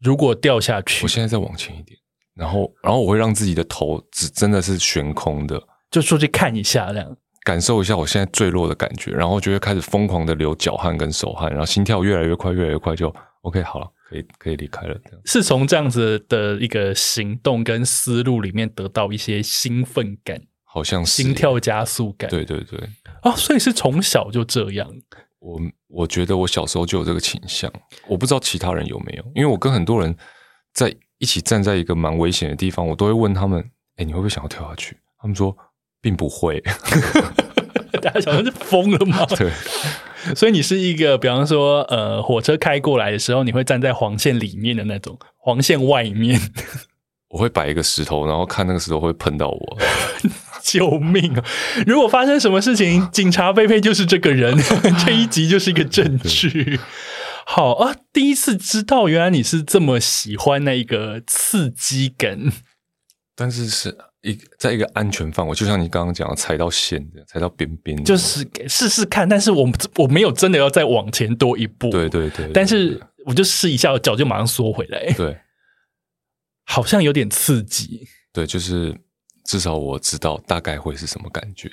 如果掉下去我，现在再往前一点，然后然后我会让自己的头只真的是悬空的，就出去看一下这样。感受一下我现在坠落的感觉，然后就会开始疯狂的流脚汗跟手汗，然后心跳越来越快，越来越快就 OK 好了，可以可以离开了。这样是从这样子的一个行动跟思路里面得到一些兴奋感、好像是心，跳加速感。对对对，哦，所以是从小就这样。 *laughs* 我我觉得我小时候就有这个倾向，我不知道其他人有没有，因为我跟很多人在一起站在一个蛮危险的地方，我都会问他们：“哎、你会不会想要跳下去？”他们说并不会。 *laughs* 大家想说是疯了吗？对，所以你是一个，比方说，呃，火车开过来的时候，你会站在黄线里面的那种，黄线外面，我会摆一个石头，然后看那个石头会喷到我。 *laughs* 救命啊！如果发生什么事情，警察贝贝就是这个 *laughs* 人，这一集就是一个证据。好啊，第一次知道原来你是这么喜欢那一个刺激感，但是是一个在一个安全范围，就像你刚刚讲的，踩到线的，踩到边边的，就是给试试看。但是我我没有真的要再往前多一步，对对对对但是我就试一下，我脚就马上缩回来，对好像有点刺激。对，就是至少我知道大概会是什么感 *laughs* 觉。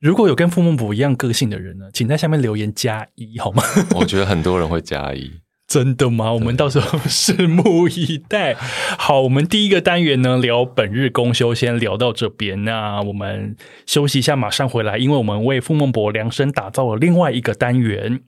如果有跟傅孟博一样个性的人呢，请在下面留言加一好吗？我觉得很多人会加一，真的吗？我们到时候拭目以待。 *laughs* 好，我们第一个单元呢，聊本日公休，先聊到这边。那我们休息一下，马上回来，因为我们为傅孟博量身打造了另外一个单元。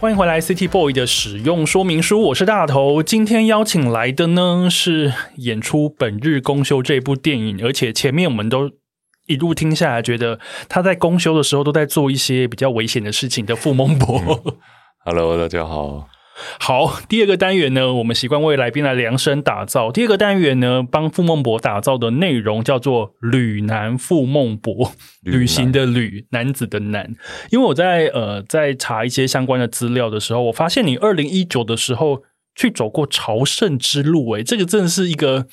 欢迎回来，City Boy 的使用说明书，我是大头。今天邀请来的呢是演出《本日公休》这部电影，而且前面我们都一路听下来，觉得他在公休的时候都在做一些比较危险的事情的傅孟博。 Hello，大家好。好，第二个单元呢，我们习惯为来宾来量身打造。第二个单元呢，帮傅孟博打造的内容叫做“旅男傅孟博”，旅男旅行的旅，男子的男。因为我在呃在查一些相关的资料的时候，我发现你二零一九的时候去走过朝圣之路、诶，这个真的是一个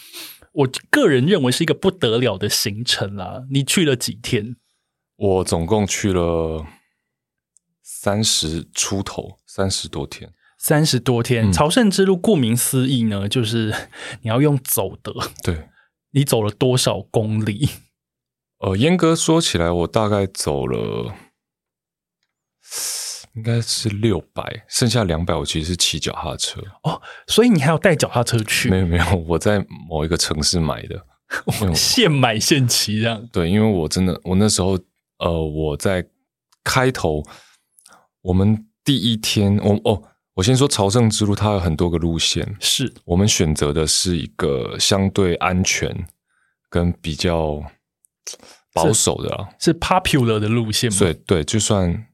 我个人认为是一个不得了的行程啦。你去了几天？我总共去了三十出头，三十多天。三十多天，嗯朝圣之路顾名思义呢，就是你要用走的。对，你走了多少公里？呃，严格说起来，我大概走了，应该是六百，剩下两百我其实是骑脚踏车。所以你还要带脚踏车去没，有没有， *laughs* 我在某一个城市买的。没有现买现骑这样。对，因为我真的，我那时候，呃，我在开头，我们第一天，我哦，我先说朝圣之路，它有很多个路线，是我们选择的是一个相对安全跟比较保守的啦，啊是 popular 的路线吗？所以对，就算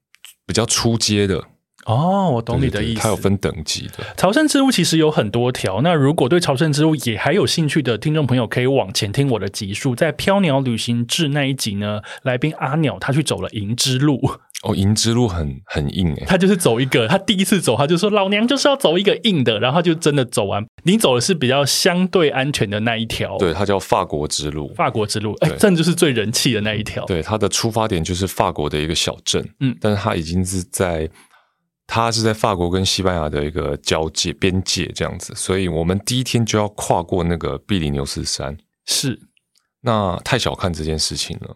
比较出街的，哦，我懂你的对对对意思。它有分等级的。朝圣之路其实有很多条，那如果对朝圣之路也还有兴趣的听众朋友，可以往前听我的集数，在《飘鸟旅行志》那一集呢，来宾阿鸟他去走了银之路，哦，银之路很很硬欸诶、他就是走一个，他第一次走，他就说老娘就是要走一个硬的，然后他就真的走完。你走的是比较相对安全的那一条，，对，它叫法国之路。法国之路，哎、对真的就是最人气的那一条，对，它的出发点就是法国的一个小镇，嗯但是它已经是在，它是在法国跟西班牙的一个交界边界这样子，所以我们第一天就要跨过那个比利牛斯山，是。那太小看这件事情了，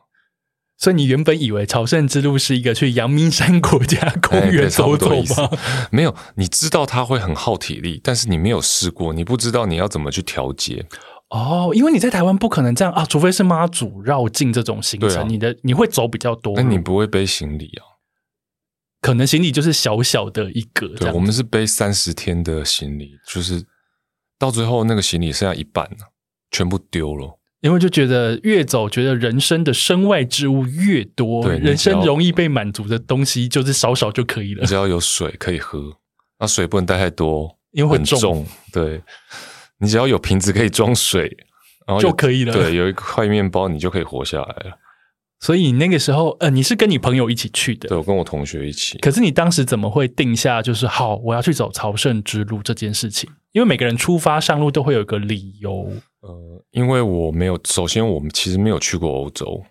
所以你原本以为朝圣之路是一个去阳明山国家公哎园对差走不多走意思吗？没有，你知道它会很耗体力，但是你没有试过，你不知道你要怎么去调节，哦，因为你在台湾不可能这样啊，除非是妈祖绕境这种行对程，啊你的你会走比较多路。那你不会背行李啊？可能行李就是小小的一个这对，样。我们是背三十天的行李，就是到最后那个行李剩下一半了，全部丢了。因为就觉得越走，觉得人生的身外之物越多，对你人只生要容易被满足的东西就是少少就可以了你。只要有水可以喝，那水不能带太多，因为会很重重。对，你只要有瓶子可以装水，然后有就可以了对，有一块面包，你就可以活下来了。所以你那个时候，呃，你是跟你朋友一起去的对，，我跟我同学一起，可是你当时怎么会定下就是好，我要去走朝圣之路这件事情？因为每个人出发上路都会有一个理由呃，因为我没有，首先我们其实没有去过欧洲，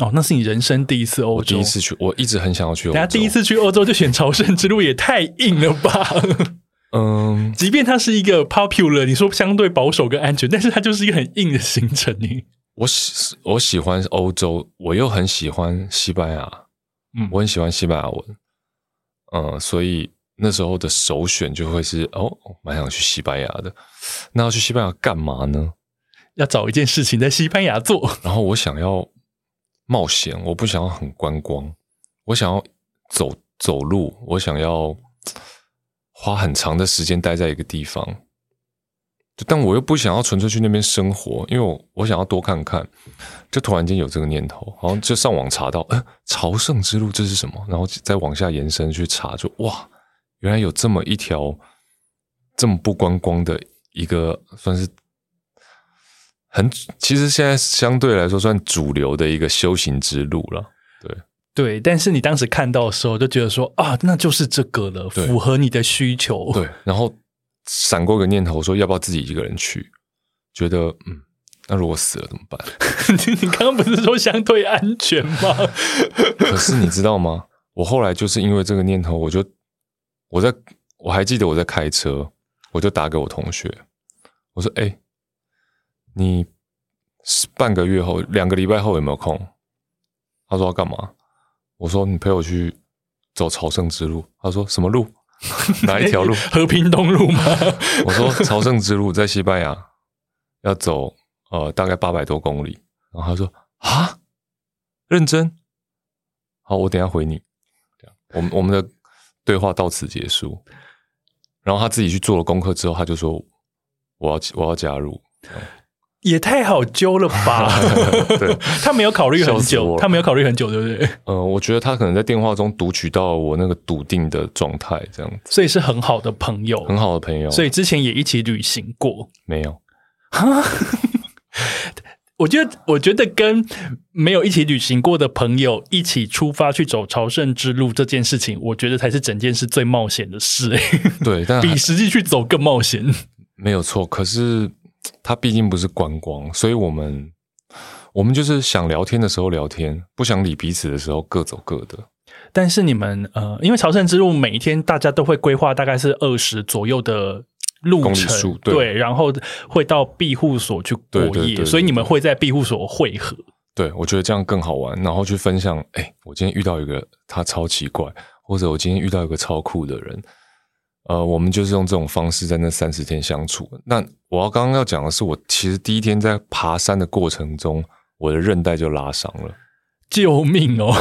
哦，那是你人生第一次欧我洲，第一次去，我一直很想要去欧等洲。下第一，次去欧洲就选朝圣之路，也太硬了吧！ *laughs* 嗯，即便它是一个 popular，你说相对保守跟安全，但是它就是一个很硬的行程呢。我喜我喜欢欧洲，我又很喜欢西班牙，嗯我很喜欢西班牙文，嗯，所以那时候的首选就会是哦，蛮想去西班牙的。那要去西班牙干嘛呢？要找一件事情在西班牙做，然后我想要冒险，我不想要很观光，我想要走走路，我想要嘖花很长的时间待在一个地方，就但我又不想要纯粹去那边生活，因为我我想要多看看。就突然间有这个念头，然后就上网查到，呃，朝圣之路这是什么？然后再往下延伸去查就，哇，原来有这么一条这么不观光的一个，算是很其实现在相对来说算主流的一个修行之路了。对。但是你当时看到的时候，就觉得说啊，那就是这个了，对符合你的需求。对，然后闪过一个念头，说要不要自己一个人去？觉得嗯，那如果死了怎么办？ *laughs* 你刚刚不是说相对安全吗？可是你知道吗？我后来就是因为这个念头，我就我在我还记得我在开车，我就打给我同学，我说：“哎、你半个月后、两个礼拜后有没有空？”他说要干嘛？我说：“你陪我去走朝圣之路。”他说：“什么路？哪一条路？”和平东路吗？我说朝圣之路在西班牙要走呃大概八百多公里，然后他说啊，认真，好，我等一下回你。这样，我们我们的对话到此结束。然后他自己去做了功课之后，他就说我要我要加入， *laughs* 也太好揪了 *laughs* 吧！ *laughs* 对，他没有考虑很笑死久我，了他没有考虑很久，对不对？呃，我觉得他可能在电话中读取到我那个笃定的状态，这样子，所以是很好的朋友，很好的朋友，所以之前也一起旅行过。没有，我觉得，我觉得跟没有一起旅行过的朋友一起出发去走朝圣之路这件事情，我觉得才是整件事最冒险的事、 *laughs* 欸对，但还比实际去走更冒险。没有错，可是它毕竟不是观光，所以我们我们就是想聊天的时候聊天，不想理彼此的时候各走各的。但是你们呃，因为朝圣之路每一天大家都会规划大概是二十左右的路公里程数，对然后会到庇护所去过夜，对对对对所以你们会在庇护所汇合。对我觉得这样更好玩，然后去分享。哎，我今天遇到一个他超奇怪，或者我今天遇到一个超酷的人。呃，我们就是用这种方式在那三十天相处。那我要刚刚要讲的是，我其实第一天在爬山的过程中，我的韧带就拉伤了。救命哦！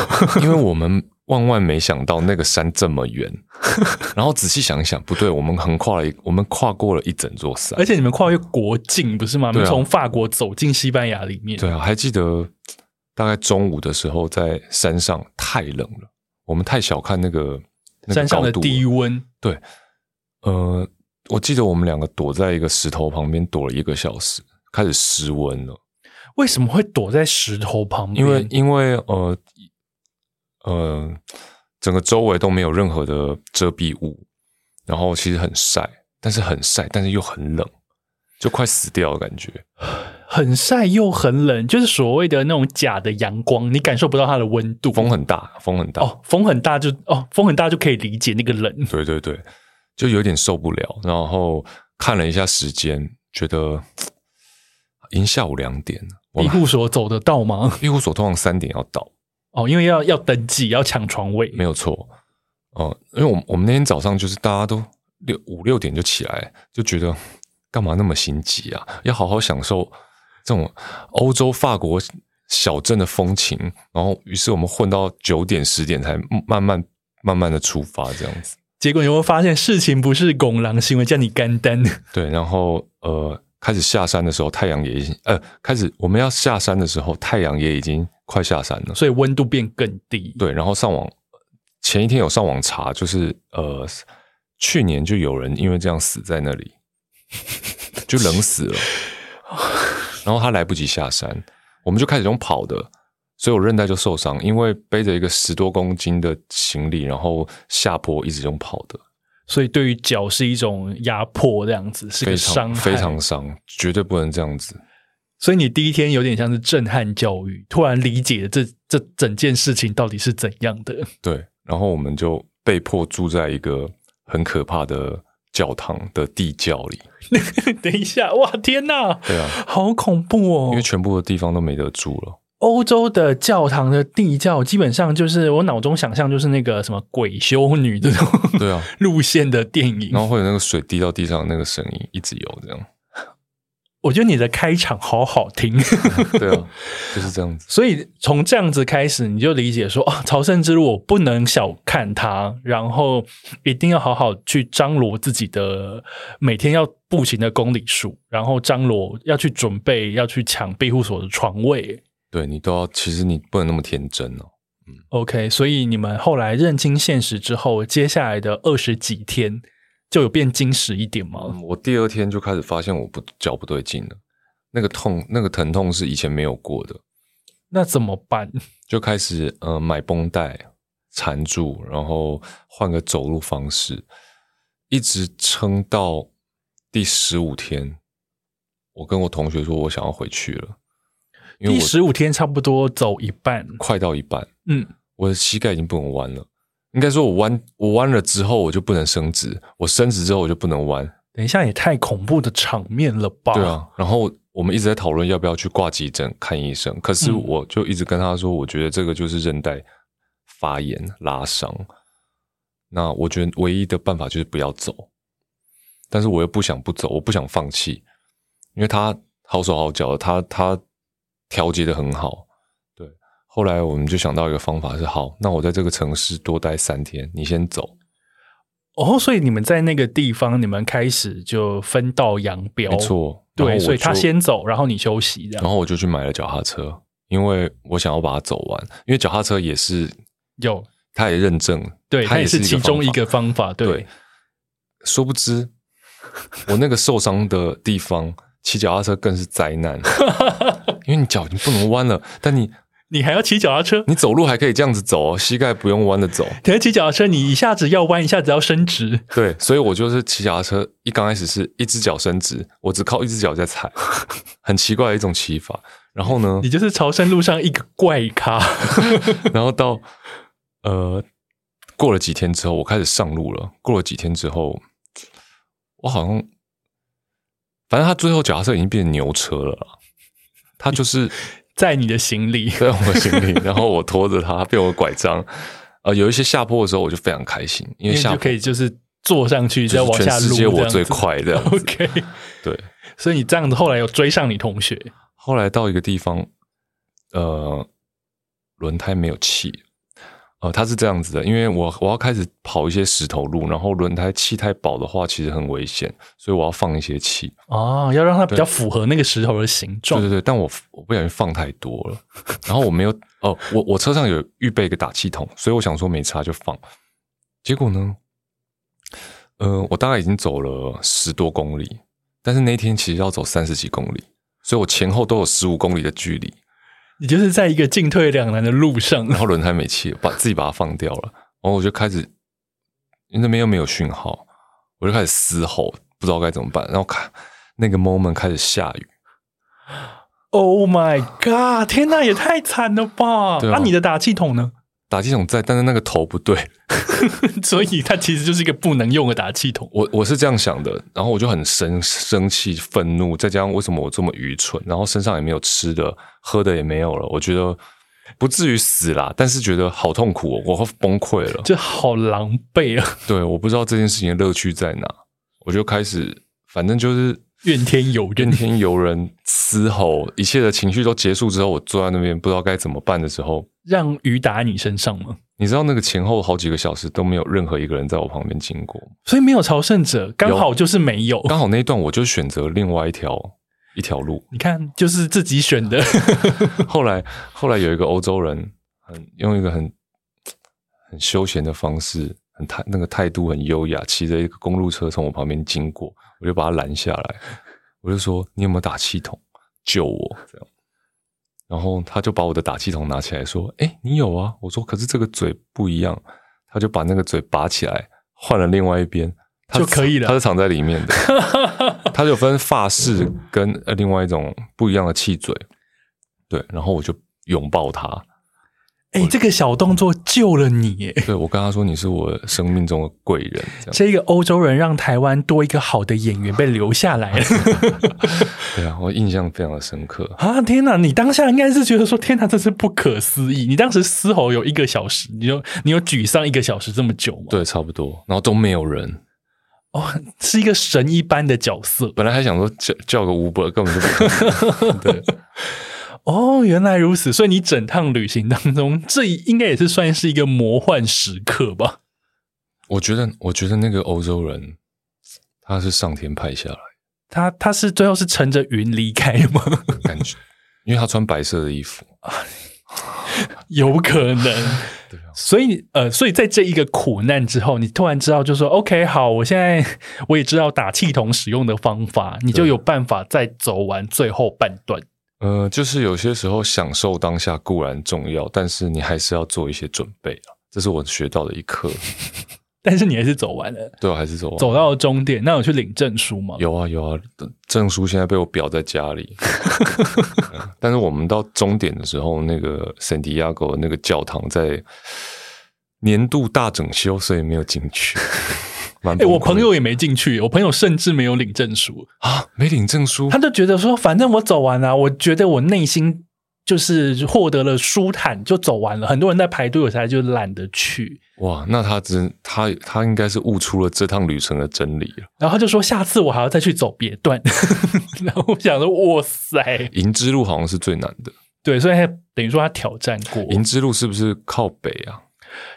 因为我们万万没想到那个山这 *laughs* 么远，然后仔细想一想，不对，我们横跨了一，我们跨过了一整座 *laughs* 山而。且你们跨越国境不是吗？你对啊们从法国走进西班牙里面，对啊，还记得大概中午的时候在山上太冷了，我们太小看那个那个山上的高度啊低温，呃，我记得我们两个躲在一个石头旁边躲了一个小时，开始失温了。为什么会躲在石头旁边？因为因为呃呃，整个周围都没有任何的遮蔽物，然后其实很晒，但是很晒，但是又很冷，就快死掉的感觉。很晒又很冷，就是所谓的那种假的阳光，你感受不到它的温度。风很大，风很大，哦，风很大就哦，风很大就可以理解那个冷。对对对，就有点受不了。然后看了一下时间，觉得已经下午两点了。我庇们护所走得到吗？庇护所通常三点要到，哦，因为要要登记，要抢床位。没有错。哦、因为我们我们那天早上就是大家都六五六点就起来，就觉得干嘛那么心急啊？要好好享受这种欧洲法国小镇的风情。然后，于是我们混到九点十点才慢慢慢慢的出发，这样子。结果你会发现事情不是拱狼行为，叫你干单。 *laughs* 对，然后呃，开始下山的时候，太阳也已经呃，开始我们要下山的时候，太阳也已经快下山了。所以温度变更低。对，然后上网前一天有上网查，就是呃，去年就有人因为这样死在那里，就冷死 *laughs* 了。然后他来不及下山，我们就开始用跑的，所以我韧带就受伤，因为背着一个十多公斤的行李，然后下坡一直用跑的，所以对于脚是一种压迫，这样子是非个伤常害。非常伤，绝对不能这样子。所以你第一天有点像是震撼教育，突然理解这这整件事情到底是怎样的。 *laughs* 对，然后我们就被迫住在一个很可怕的教堂的地窖里。等一下，哇，天哪，对啊，好恐怖哦！因为全部的地方都没得住了。欧洲的教堂的地窖，基本上就是我脑中想象就是那个什么鬼修女这种对啊， *laughs* 路线的电然影。后会有那个水滴到地上的那个声音，一直有 *laughs* 这样。我觉得你的开场好好听， *laughs* 对啊，就是这样子。所以从这样子开始，你就理解说啊，朝圣之路我不能小看它，然后一定要好好去张罗自己的每天要步行的公里数，然后张罗要去准备要去抢庇护所的床位。对你都要，其实你不能那么天真哦。 OK，所以你们后来认清现实之后，接下来的二十几天就有变精实一点吗？嗯我第二天就开始发现我不脚不对劲了，那个痛，那个疼痛是以前没有过的，那怎么办？就开始呃买绷带缠住，然后换个走路方式，一直撑到第十五天。我跟我同学说，我想要回去了，因为第我十五天差不多走一半，快到一半，嗯，我的膝盖已经不能弯了。应该说，我弯我弯了之后，我就不能伸直；我伸直之后，我就不能弯。等一下也太恐怖的场面了吧？对，啊，然后我们一直在讨论要不要去挂急诊看医生，可是嗯我就一直跟他说，我觉得这个就是韧带发炎拉伤。那我觉得唯一的办法就是不要走，但是我又不想不走，我不想放弃，因为他好手好脚的，他他调节的很好。对，后来我们就想到一个方法是，好，那我在这个城市多待三天，你先走，哦，所以你们在那个地方，你们开始就分道扬镳，没，错，然后对，我所以他就哦先走，然后你休息，这然样后我就去买了脚踏车，因为我想要把它走完。因为脚踏车也是，有，它也认证，对，它也是是其中一个方方法，法。对，对，殊不知我那个受伤的地方，骑脚踏车更是灾 *laughs* 难，因为你脚已经不能弯了，但你你还要骑脚踏车，你走路还可以这样子走哦，膝盖不用弯 *laughs* 的走。你要骑脚踏车，你一下子要弯，一下子要伸直，对，所以我就是骑脚踏车，一刚开始是一只脚伸直，我只靠一只脚 *laughs* 在踩，很奇怪的一种骑法。然后呢，你就是朝圣路上一个怪咖。 *laughs* *laughs* 然后到呃，过了几天之后，我开始上路了。过了几天之后，我好像，反正他最后脚踏车已经变成牛车了啦。他 *laughs* 就是在你的行李在我行李，然后我拖着他，变我拐杖。呃，有一些下坡的时候，我就非常开心，因因为为你下就坡可以就是坐上去，再就是往全下世撸，界我这最样子。快的。 OK， *laughs* 对，所以你这样子后来有追上你同学，后来到一个地方，呃，轮胎没有气，呃，它是这样子的，因为我我要开始跑一些石头路，然后轮胎气太饱的话，其实很危险，所以我要放一些气。哦，要让它比较符合那个石头的形对状对。对，但我我不小心放太多了，然后我没有哦，我我车上有预备一个打气筒，所以我想说没差就放，结果呢，呃，我大概已经走了十多公里，但是那一天其实要走三十几公里，所以我前后都有十五公里的距离，你就是在一个进退两难的路上，然后轮胎没气了，把自己把它放掉了，然后我就开始，因为那边又没有讯号，我就开始嘶吼，不知道该怎么办，然后看那个 moment 开始下雨， Oh my god！天哪，也太惨了吧！对啊啊，你的打气筒呢？ *laughs* 打气筒在，但是那个头不对，所以它其实就是一个不能用的打气筒。我我是这样想的，然后我就很生生气、愤怒，再加上为什么我这么愚蠢，然后身上也没有吃的、喝的也没有了，我觉得不至于死啦，但是觉得好痛苦、哦，我会崩溃了。这好狼狈 *laughs* 啊！对，我不知道这件事情的乐趣在哪，我就开始，反正就是怨天尤怨人，天尤人、嘶吼，一切的情绪都结束之后，我坐在那边不知道该怎么办的时候，让雨打你身上吗？你知道那个前后好几个小时都没有任何一个人在我旁边经过吗。所以没有朝圣者，刚好就是没有。刚好那一段我就选择另外一条一条路。你看，就是自己选 *laughs* 的。后来后来有一个欧洲人，很用一个很很休闲的方式，很态那个态度很优雅，骑着一个公路车从我旁边经过，我就把他拦下来，我就说：“你有没有打气筒？救我！”这样。然后他就把我的打气筒拿起来说：“哎，你有啊？”我说：“可是这个嘴不一样。”他就把那个嘴拔起来，换了另外一边，他就可以了他是藏在里面 *laughs* 的。它有分发式跟呃另外一种不一样的气嘴，对，然后我就拥抱他，哎、这个小动作救了你耶！对我跟他说你是我生命中的贵人，这 *laughs* 样这个欧洲人让台湾多一个好的演员被留下来 *laughs* 了对啊，我印象非常的深刻，啊！天哪，你当下应该是觉得说，天哪，这是不可思议！你当时嘶吼有一个小时，你有你有沮丧一个小时这么久吗？对，差不多，然后都没有人，哦，是一个神一般的角色本来还想说叫叫个 Uber，根本就不可能 *laughs* 对，哦，原来如此，所以你整趟旅行当中，这应该也是算是一个魔幻时刻吧？我觉得我觉得那个欧洲人他是上天派下来他他是最后是乘着云离开的吗？ *laughs* 的感觉，因为他穿白色的衣服，有可能。对啊，所以呃，所以在这一个苦难之后，你突然知道，就说 OK，好，我现在我也知道打气筒使用的方法，你就有办法再走完最后半段。呃，就是有些时候享受当下固然重要，但是你还是要做一些准备啊。这是我学到的一课，但是你还是走完了，对、啊，还是走完走到了终点。那有去领证书吗？有啊有啊，证书现在被我裱在 *laughs* 家里。嗯但是我们到终点的时候，那个圣地亚哥那个教堂在年度大整修，所以没有进 *laughs* 去。蛮哎、崩溃我朋友也没进去，我朋友甚至没有领证书，啊，没领证书他，就觉得说，反正我走完了、我觉得我内心就是获得了舒坦，就走完了。很多人在排队，我才就懒得去。哇，那他真他他应该是悟出了这趟旅程的真理了。然后他就说下次我还要再去走别段， *laughs* 然后我想说哇塞，银之路好像是最难的，对，所以他等于说他挑战过银之路是不是靠北啊？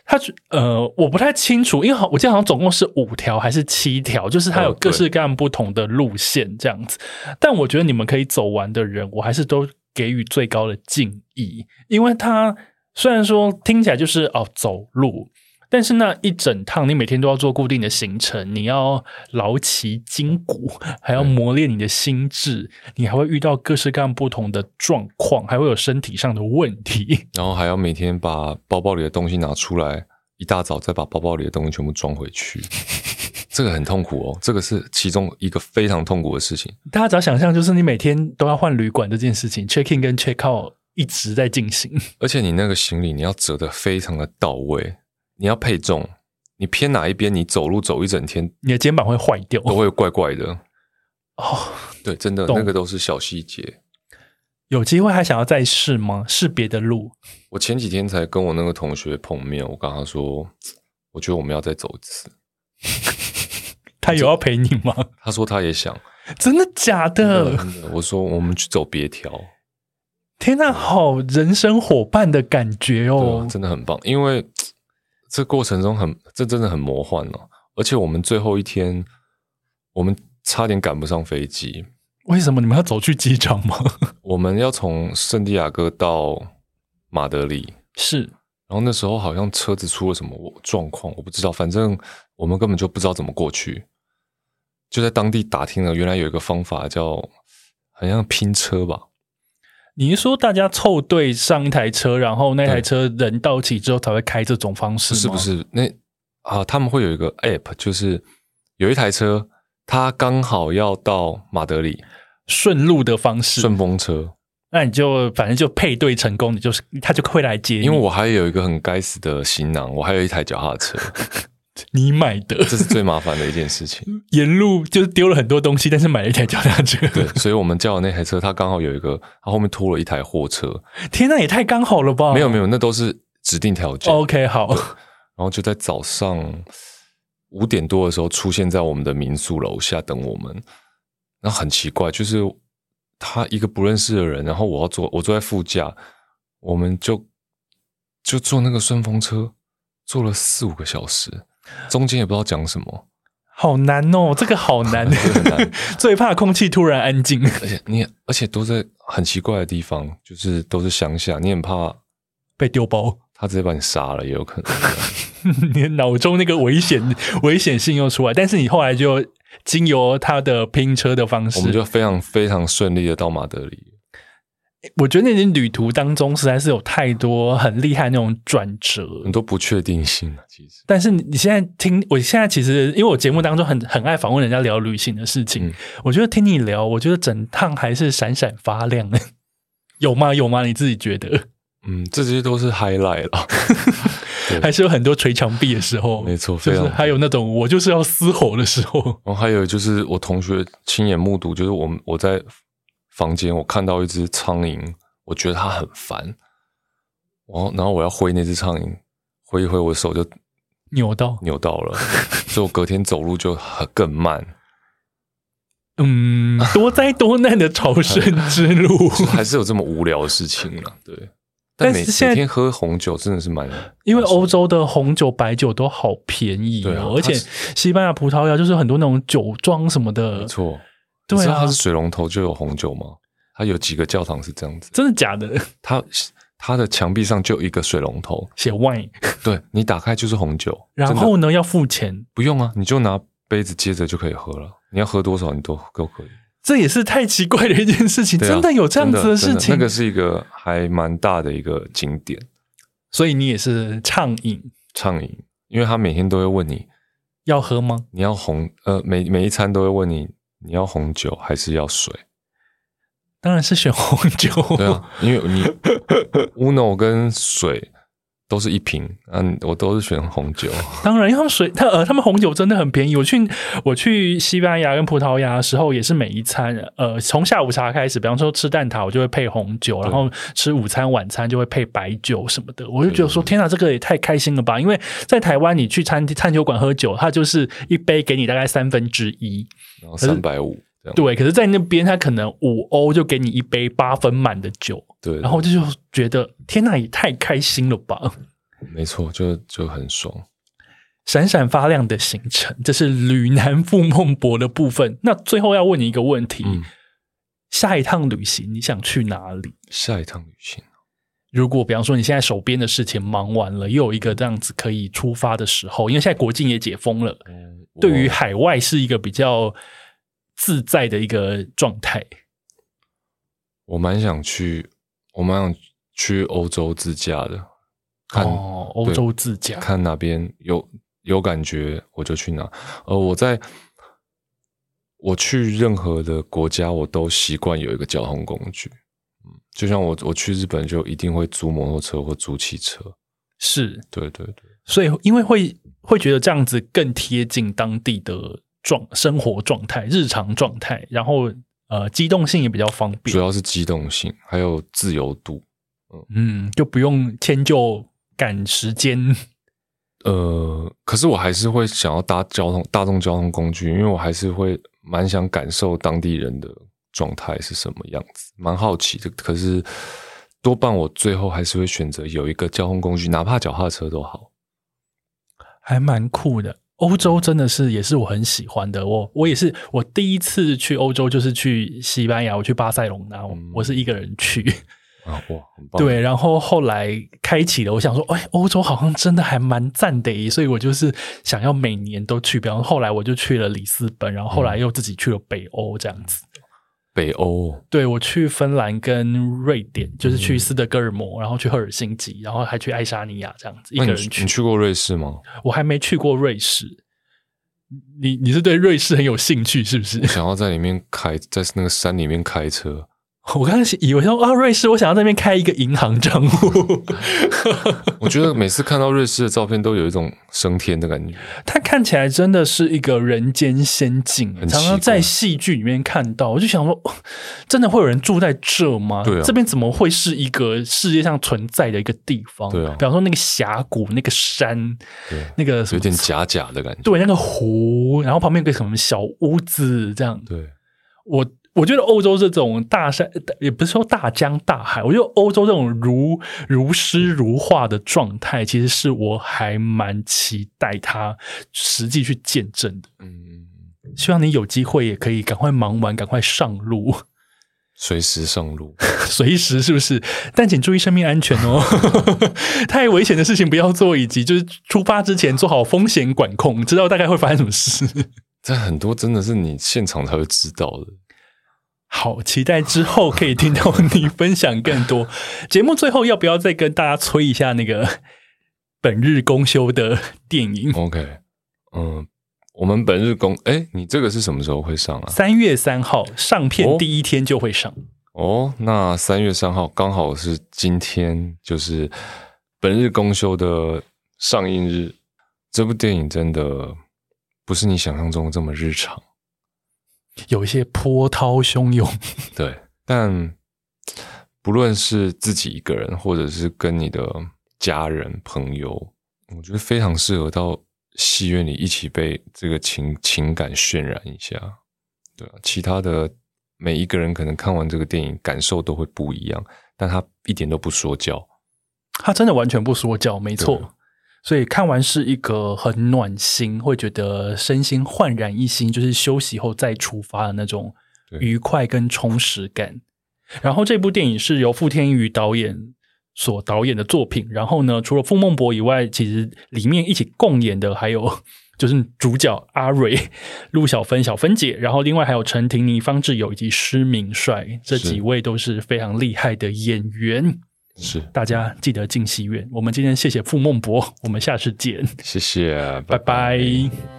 他是，呃，我不太清楚，因为好，我记得好像总共是五条还是七条，就是它有哦各对式各样不同的路线这样子。但我觉得你们可以走完的人，我还是都给予最高的敬意，因为他虽然说听起来就是哦走路，但是那一整趟你每天都要做固定的行程，你要劳其筋骨，还要磨练你的心智，你还会遇到各式各样不同的状况，还会有身体上的问题。然后还要每天把包包里的东西拿出来，一大早再把包包里的东西全部装回 *laughs* 去，这个很痛苦哦。这个是其中一个非常痛苦的事情。大家只要想象，就是你每天都要换旅馆这件事情，check in 跟 check out 一直在进行。 *laughs* 而且你那个行李你要折得非常的到位，你要配重，你偏哪一边，你走路走一整天你的肩膀会坏掉都会怪怪的。哦。对，真的懂那个都是小细节。有机会还想要再试吗？试别的路？我前几天才跟我那个同学碰面，我跟他说，我觉得我们要再走一次。他有要陪你 *laughs* 吗？他说他也想，真的假的？真的我说我们去走别条。天呐，好人生伙伴的感觉对啊哦！真的很棒，因为这过程中很，这真的很魔幻哦。而且我们最后一天，我们差点赶不上飞机，为什么你们要走去机 *laughs* 场吗？我们要从圣地亚哥到马德里，是然后那时候好像车子出了什么状况，我不知道，反正我们根本就不知道怎么过去，就在当地打听了，原来有一个方法叫好像拼车吧，你是说大家凑队上一台车，然后那台车人到齐之后才会开这种方式不吗？是不是那啊，他们会有一个 app，就是有一台车，它刚好要到马德里，顺路的方式？顺风车，那你就反正就配对成功，你就是他就会来接你，因为我还有一个很该死的行囊，我还有一台脚踏车，你买的这是最麻烦的一件事情。沿路就是丢了很多东西，但是买了一台脚踏车。对，所以我们叫的那台车，它刚好有一个，它后面拖了一台货车，天呐，也太刚好了吧？没有没有，那都是指定条件。 OK，好， *laughs* 然后就在早上五点多的时候出现在我们的民宿楼下等我们。然后很奇怪，就是他一个不认识的人，然后我要坐，我坐在副驾，我们就就坐那个顺风车，坐了四五个小时，中间也不知道讲什么，好难哦，这个好 *laughs* 难， *laughs* 这很难。最怕空气突然安静。而且你，而且都在很奇怪的地方，就是都是乡下，你很怕被丢包， *laughs* 他直接把你杀了，也有可能。你的脑中那个危险危险性又出来，但是你后来就经由他的拼车的方式，我们就非常非常顺利的到马德里。我觉得那些旅途当中实在是有太多很厉害那种转折。很多不确定性啊，其实但是你你现在听，我现在其实因为我节目当中很很爱访问人家聊旅行的事情，嗯我觉得听你聊，我觉得整趟还是闪闪发亮。 *laughs* 有吗？有吗？你自己觉 *laughs* 得嗯，这些都是 highlight 啊了。对还是有很多捶墙壁的时候，没错就非是常还有那种我就是要嘶吼的时 *laughs* 候， *laughs* 然后还有就是我同学亲眼目睹，就是我们我在房间我看到一只苍蝇，我觉得它很烦，然后然后我要挥那只苍蝇，挥一挥我手就扭到扭到了， *laughs* 所以我隔天走路就很更慢，嗯， *laughs* 多灾多难的朝圣之路。 *laughs* 就是还是有这么无聊的事情了。对，但但每是现在每天喝红酒真的是蛮因为欧洲的红酒、白酒都好便宜对啊哦，而且它是西班牙、葡萄牙就是很多那种酒庄什么的没，错。对你知道啊它是，水龙头就有红酒吗？它有几个教堂是这样子？真的假的？ *laughs* 它它的墙壁上就有一个水龙头，写 wine，对你打开就是红酒，然真的后呢要付钱，不用啊，你就拿杯子接着就可以喝了。你要喝多少你都都可以。这也是太奇怪的一件事情，对哎啊真的有这样子真的事真的情，那个是一个还蛮大的一个景点，所以你也是畅饮畅饮，因为他每天都会问你，要喝吗？你要红呃每每一餐都会问你你要红酒还是 *laughs* 要水？当然是选红酒，对啊，因为你 uno 跟水都是一瓶，嗯、我都是选红酒。 *laughs* 当然，因为他们水，他呃，他们红酒真的很便宜。我去我去西班牙跟葡萄牙的时候，也是每一餐呃，从下午茶开始，比方说吃蛋挞，我就会配红酒，然后吃午餐、晚餐就会配白酒什么的。我就觉得说，天哪，这个也太开心了吧！因为在台湾，你去餐餐酒馆喝酒，它就是一杯给你大概三分之一，然后三百五这样。对。可是，在那边，它可能五欧就给你一杯八分满的酒，对，然后我就觉得天哪，也太开心了吧！没错，就就很爽。闪闪发亮的行程，这是旅南赴孟博的部分。那最后要问你一个问题：嗯，下一趟旅行你想去哪里？下一趟旅行，如果比方说你现在手边的事情忙完了，又有一个这样子可以出发的时候，因为现在国境也解封了，嗯，对于我海外是一个比较自在的一个状态。我蛮想去，我蛮想去欧洲自驾的，看、哦，欧洲自驾，看哪边有有感觉我就去哪。呃，我在我去任何的国家，我都习惯有一个交通工具。嗯，就像我我去日本就一定会租摩托车或租汽车。是，对对对，所以因为会会觉得这样子更贴近当地的状生活状态、日常状态，然后呃机动性也比较方便主。要是啊机动性还有自由度。嗯，就不用迁就赶时间。呃，可是我还是会想要搭交通大众交通工具，因为我还是会蛮想感受当地人的状态是什么样子，蛮好奇的。可是多半我最后还是会选择有一个交通工具，哪怕脚踏车都好。 *laughs* 还蛮酷的。欧洲真的是也是我很喜欢的，我我也是我第一次去欧洲就是去西班牙，我去巴塞隆纳，我嗯我是一个人去，啊，哇，很棒！对，然后后来开启了，我想说，哎，欧洲好像真的还蛮赞的耶，所以我就是想要每年都去。比方后来我就去了里斯本，然后后来又自己去了北欧这样子。北欧，对我去芬兰跟瑞典，就是去斯德哥尔摩，然后去赫尔辛基，然后还去爱沙尼亚这样子，一那个你人去去你。去过瑞士吗？我还没去过瑞士，你你是对瑞士很有兴趣是不是？想要在里面开，在那个山里面开车， *laughs* 我刚刚以为说啊，瑞士，我想要在那边开一个银行账户。我觉得每次看到瑞士的照片，都有一种升天的感觉。它看起来真的是一个人间仙境，很奇常怪常在戏剧里面看到。我就想说，哦真的会有人住在这吗？对啊这边怎么会是一个世界上存在的一个地方？对啊比方说那个峡谷、那个山、对，那个什有么点假假的感觉。对那个湖，然后旁边有个什么小屋子这样。对，我我觉得欧洲这种大山，也不是说大江大海，我觉得欧洲这种如如诗如画的状态，其实是我还蛮期待它实际去见证的。嗯，希望你有机会也可以赶快忙完，赶快上路， *laughs* 随时上路。随时是不是？但请注意生命安全哦， *laughs* 太危险的事情不要做，以及就是出发之前做好风险管控，知道大概会发生什么事。这很多真的是你现场才会知道的。好，期待之后可以听到你分享更多。节目最后要不要再跟大家催一下那个本日公休的电哦影？ OK，嗯，我们本日公，哎，你这个是什么时候会上啊？三月三号上哦片第一天就会上，哦，那三月三号刚好是今天，就是本日公休的上映日。这部电影真的不是你想象中的这么日常。有一些波涛汹涌。对，但不论是自己一个人，或者是跟你的家人、朋友，我觉得非常适合到戏院里一起被这个情情感渲染一下。对啊，其他的每一个人可能看完这个电影感受都会不一样，但他一点都不说教。他真的完全不说教，没对错。所以看完是一个很暖心，会觉得身心焕然一新，就是休息后再出发的那种对愉快跟充实感。然后这部电影是由傅天宇导演所导演的作品。然后呢，除了傅孟博以外，其实里面一起共演的还有 *laughs* 就是主角阿蕊、 *laughs* 陆小芬、小芬姐，然后另外还有陈婷妮、方志友以及施明帅，这是几位都是非常厉害的演员。是，大家记得进戏院。我们今天谢谢傅孟博，我们下次见，谢谢，拜拜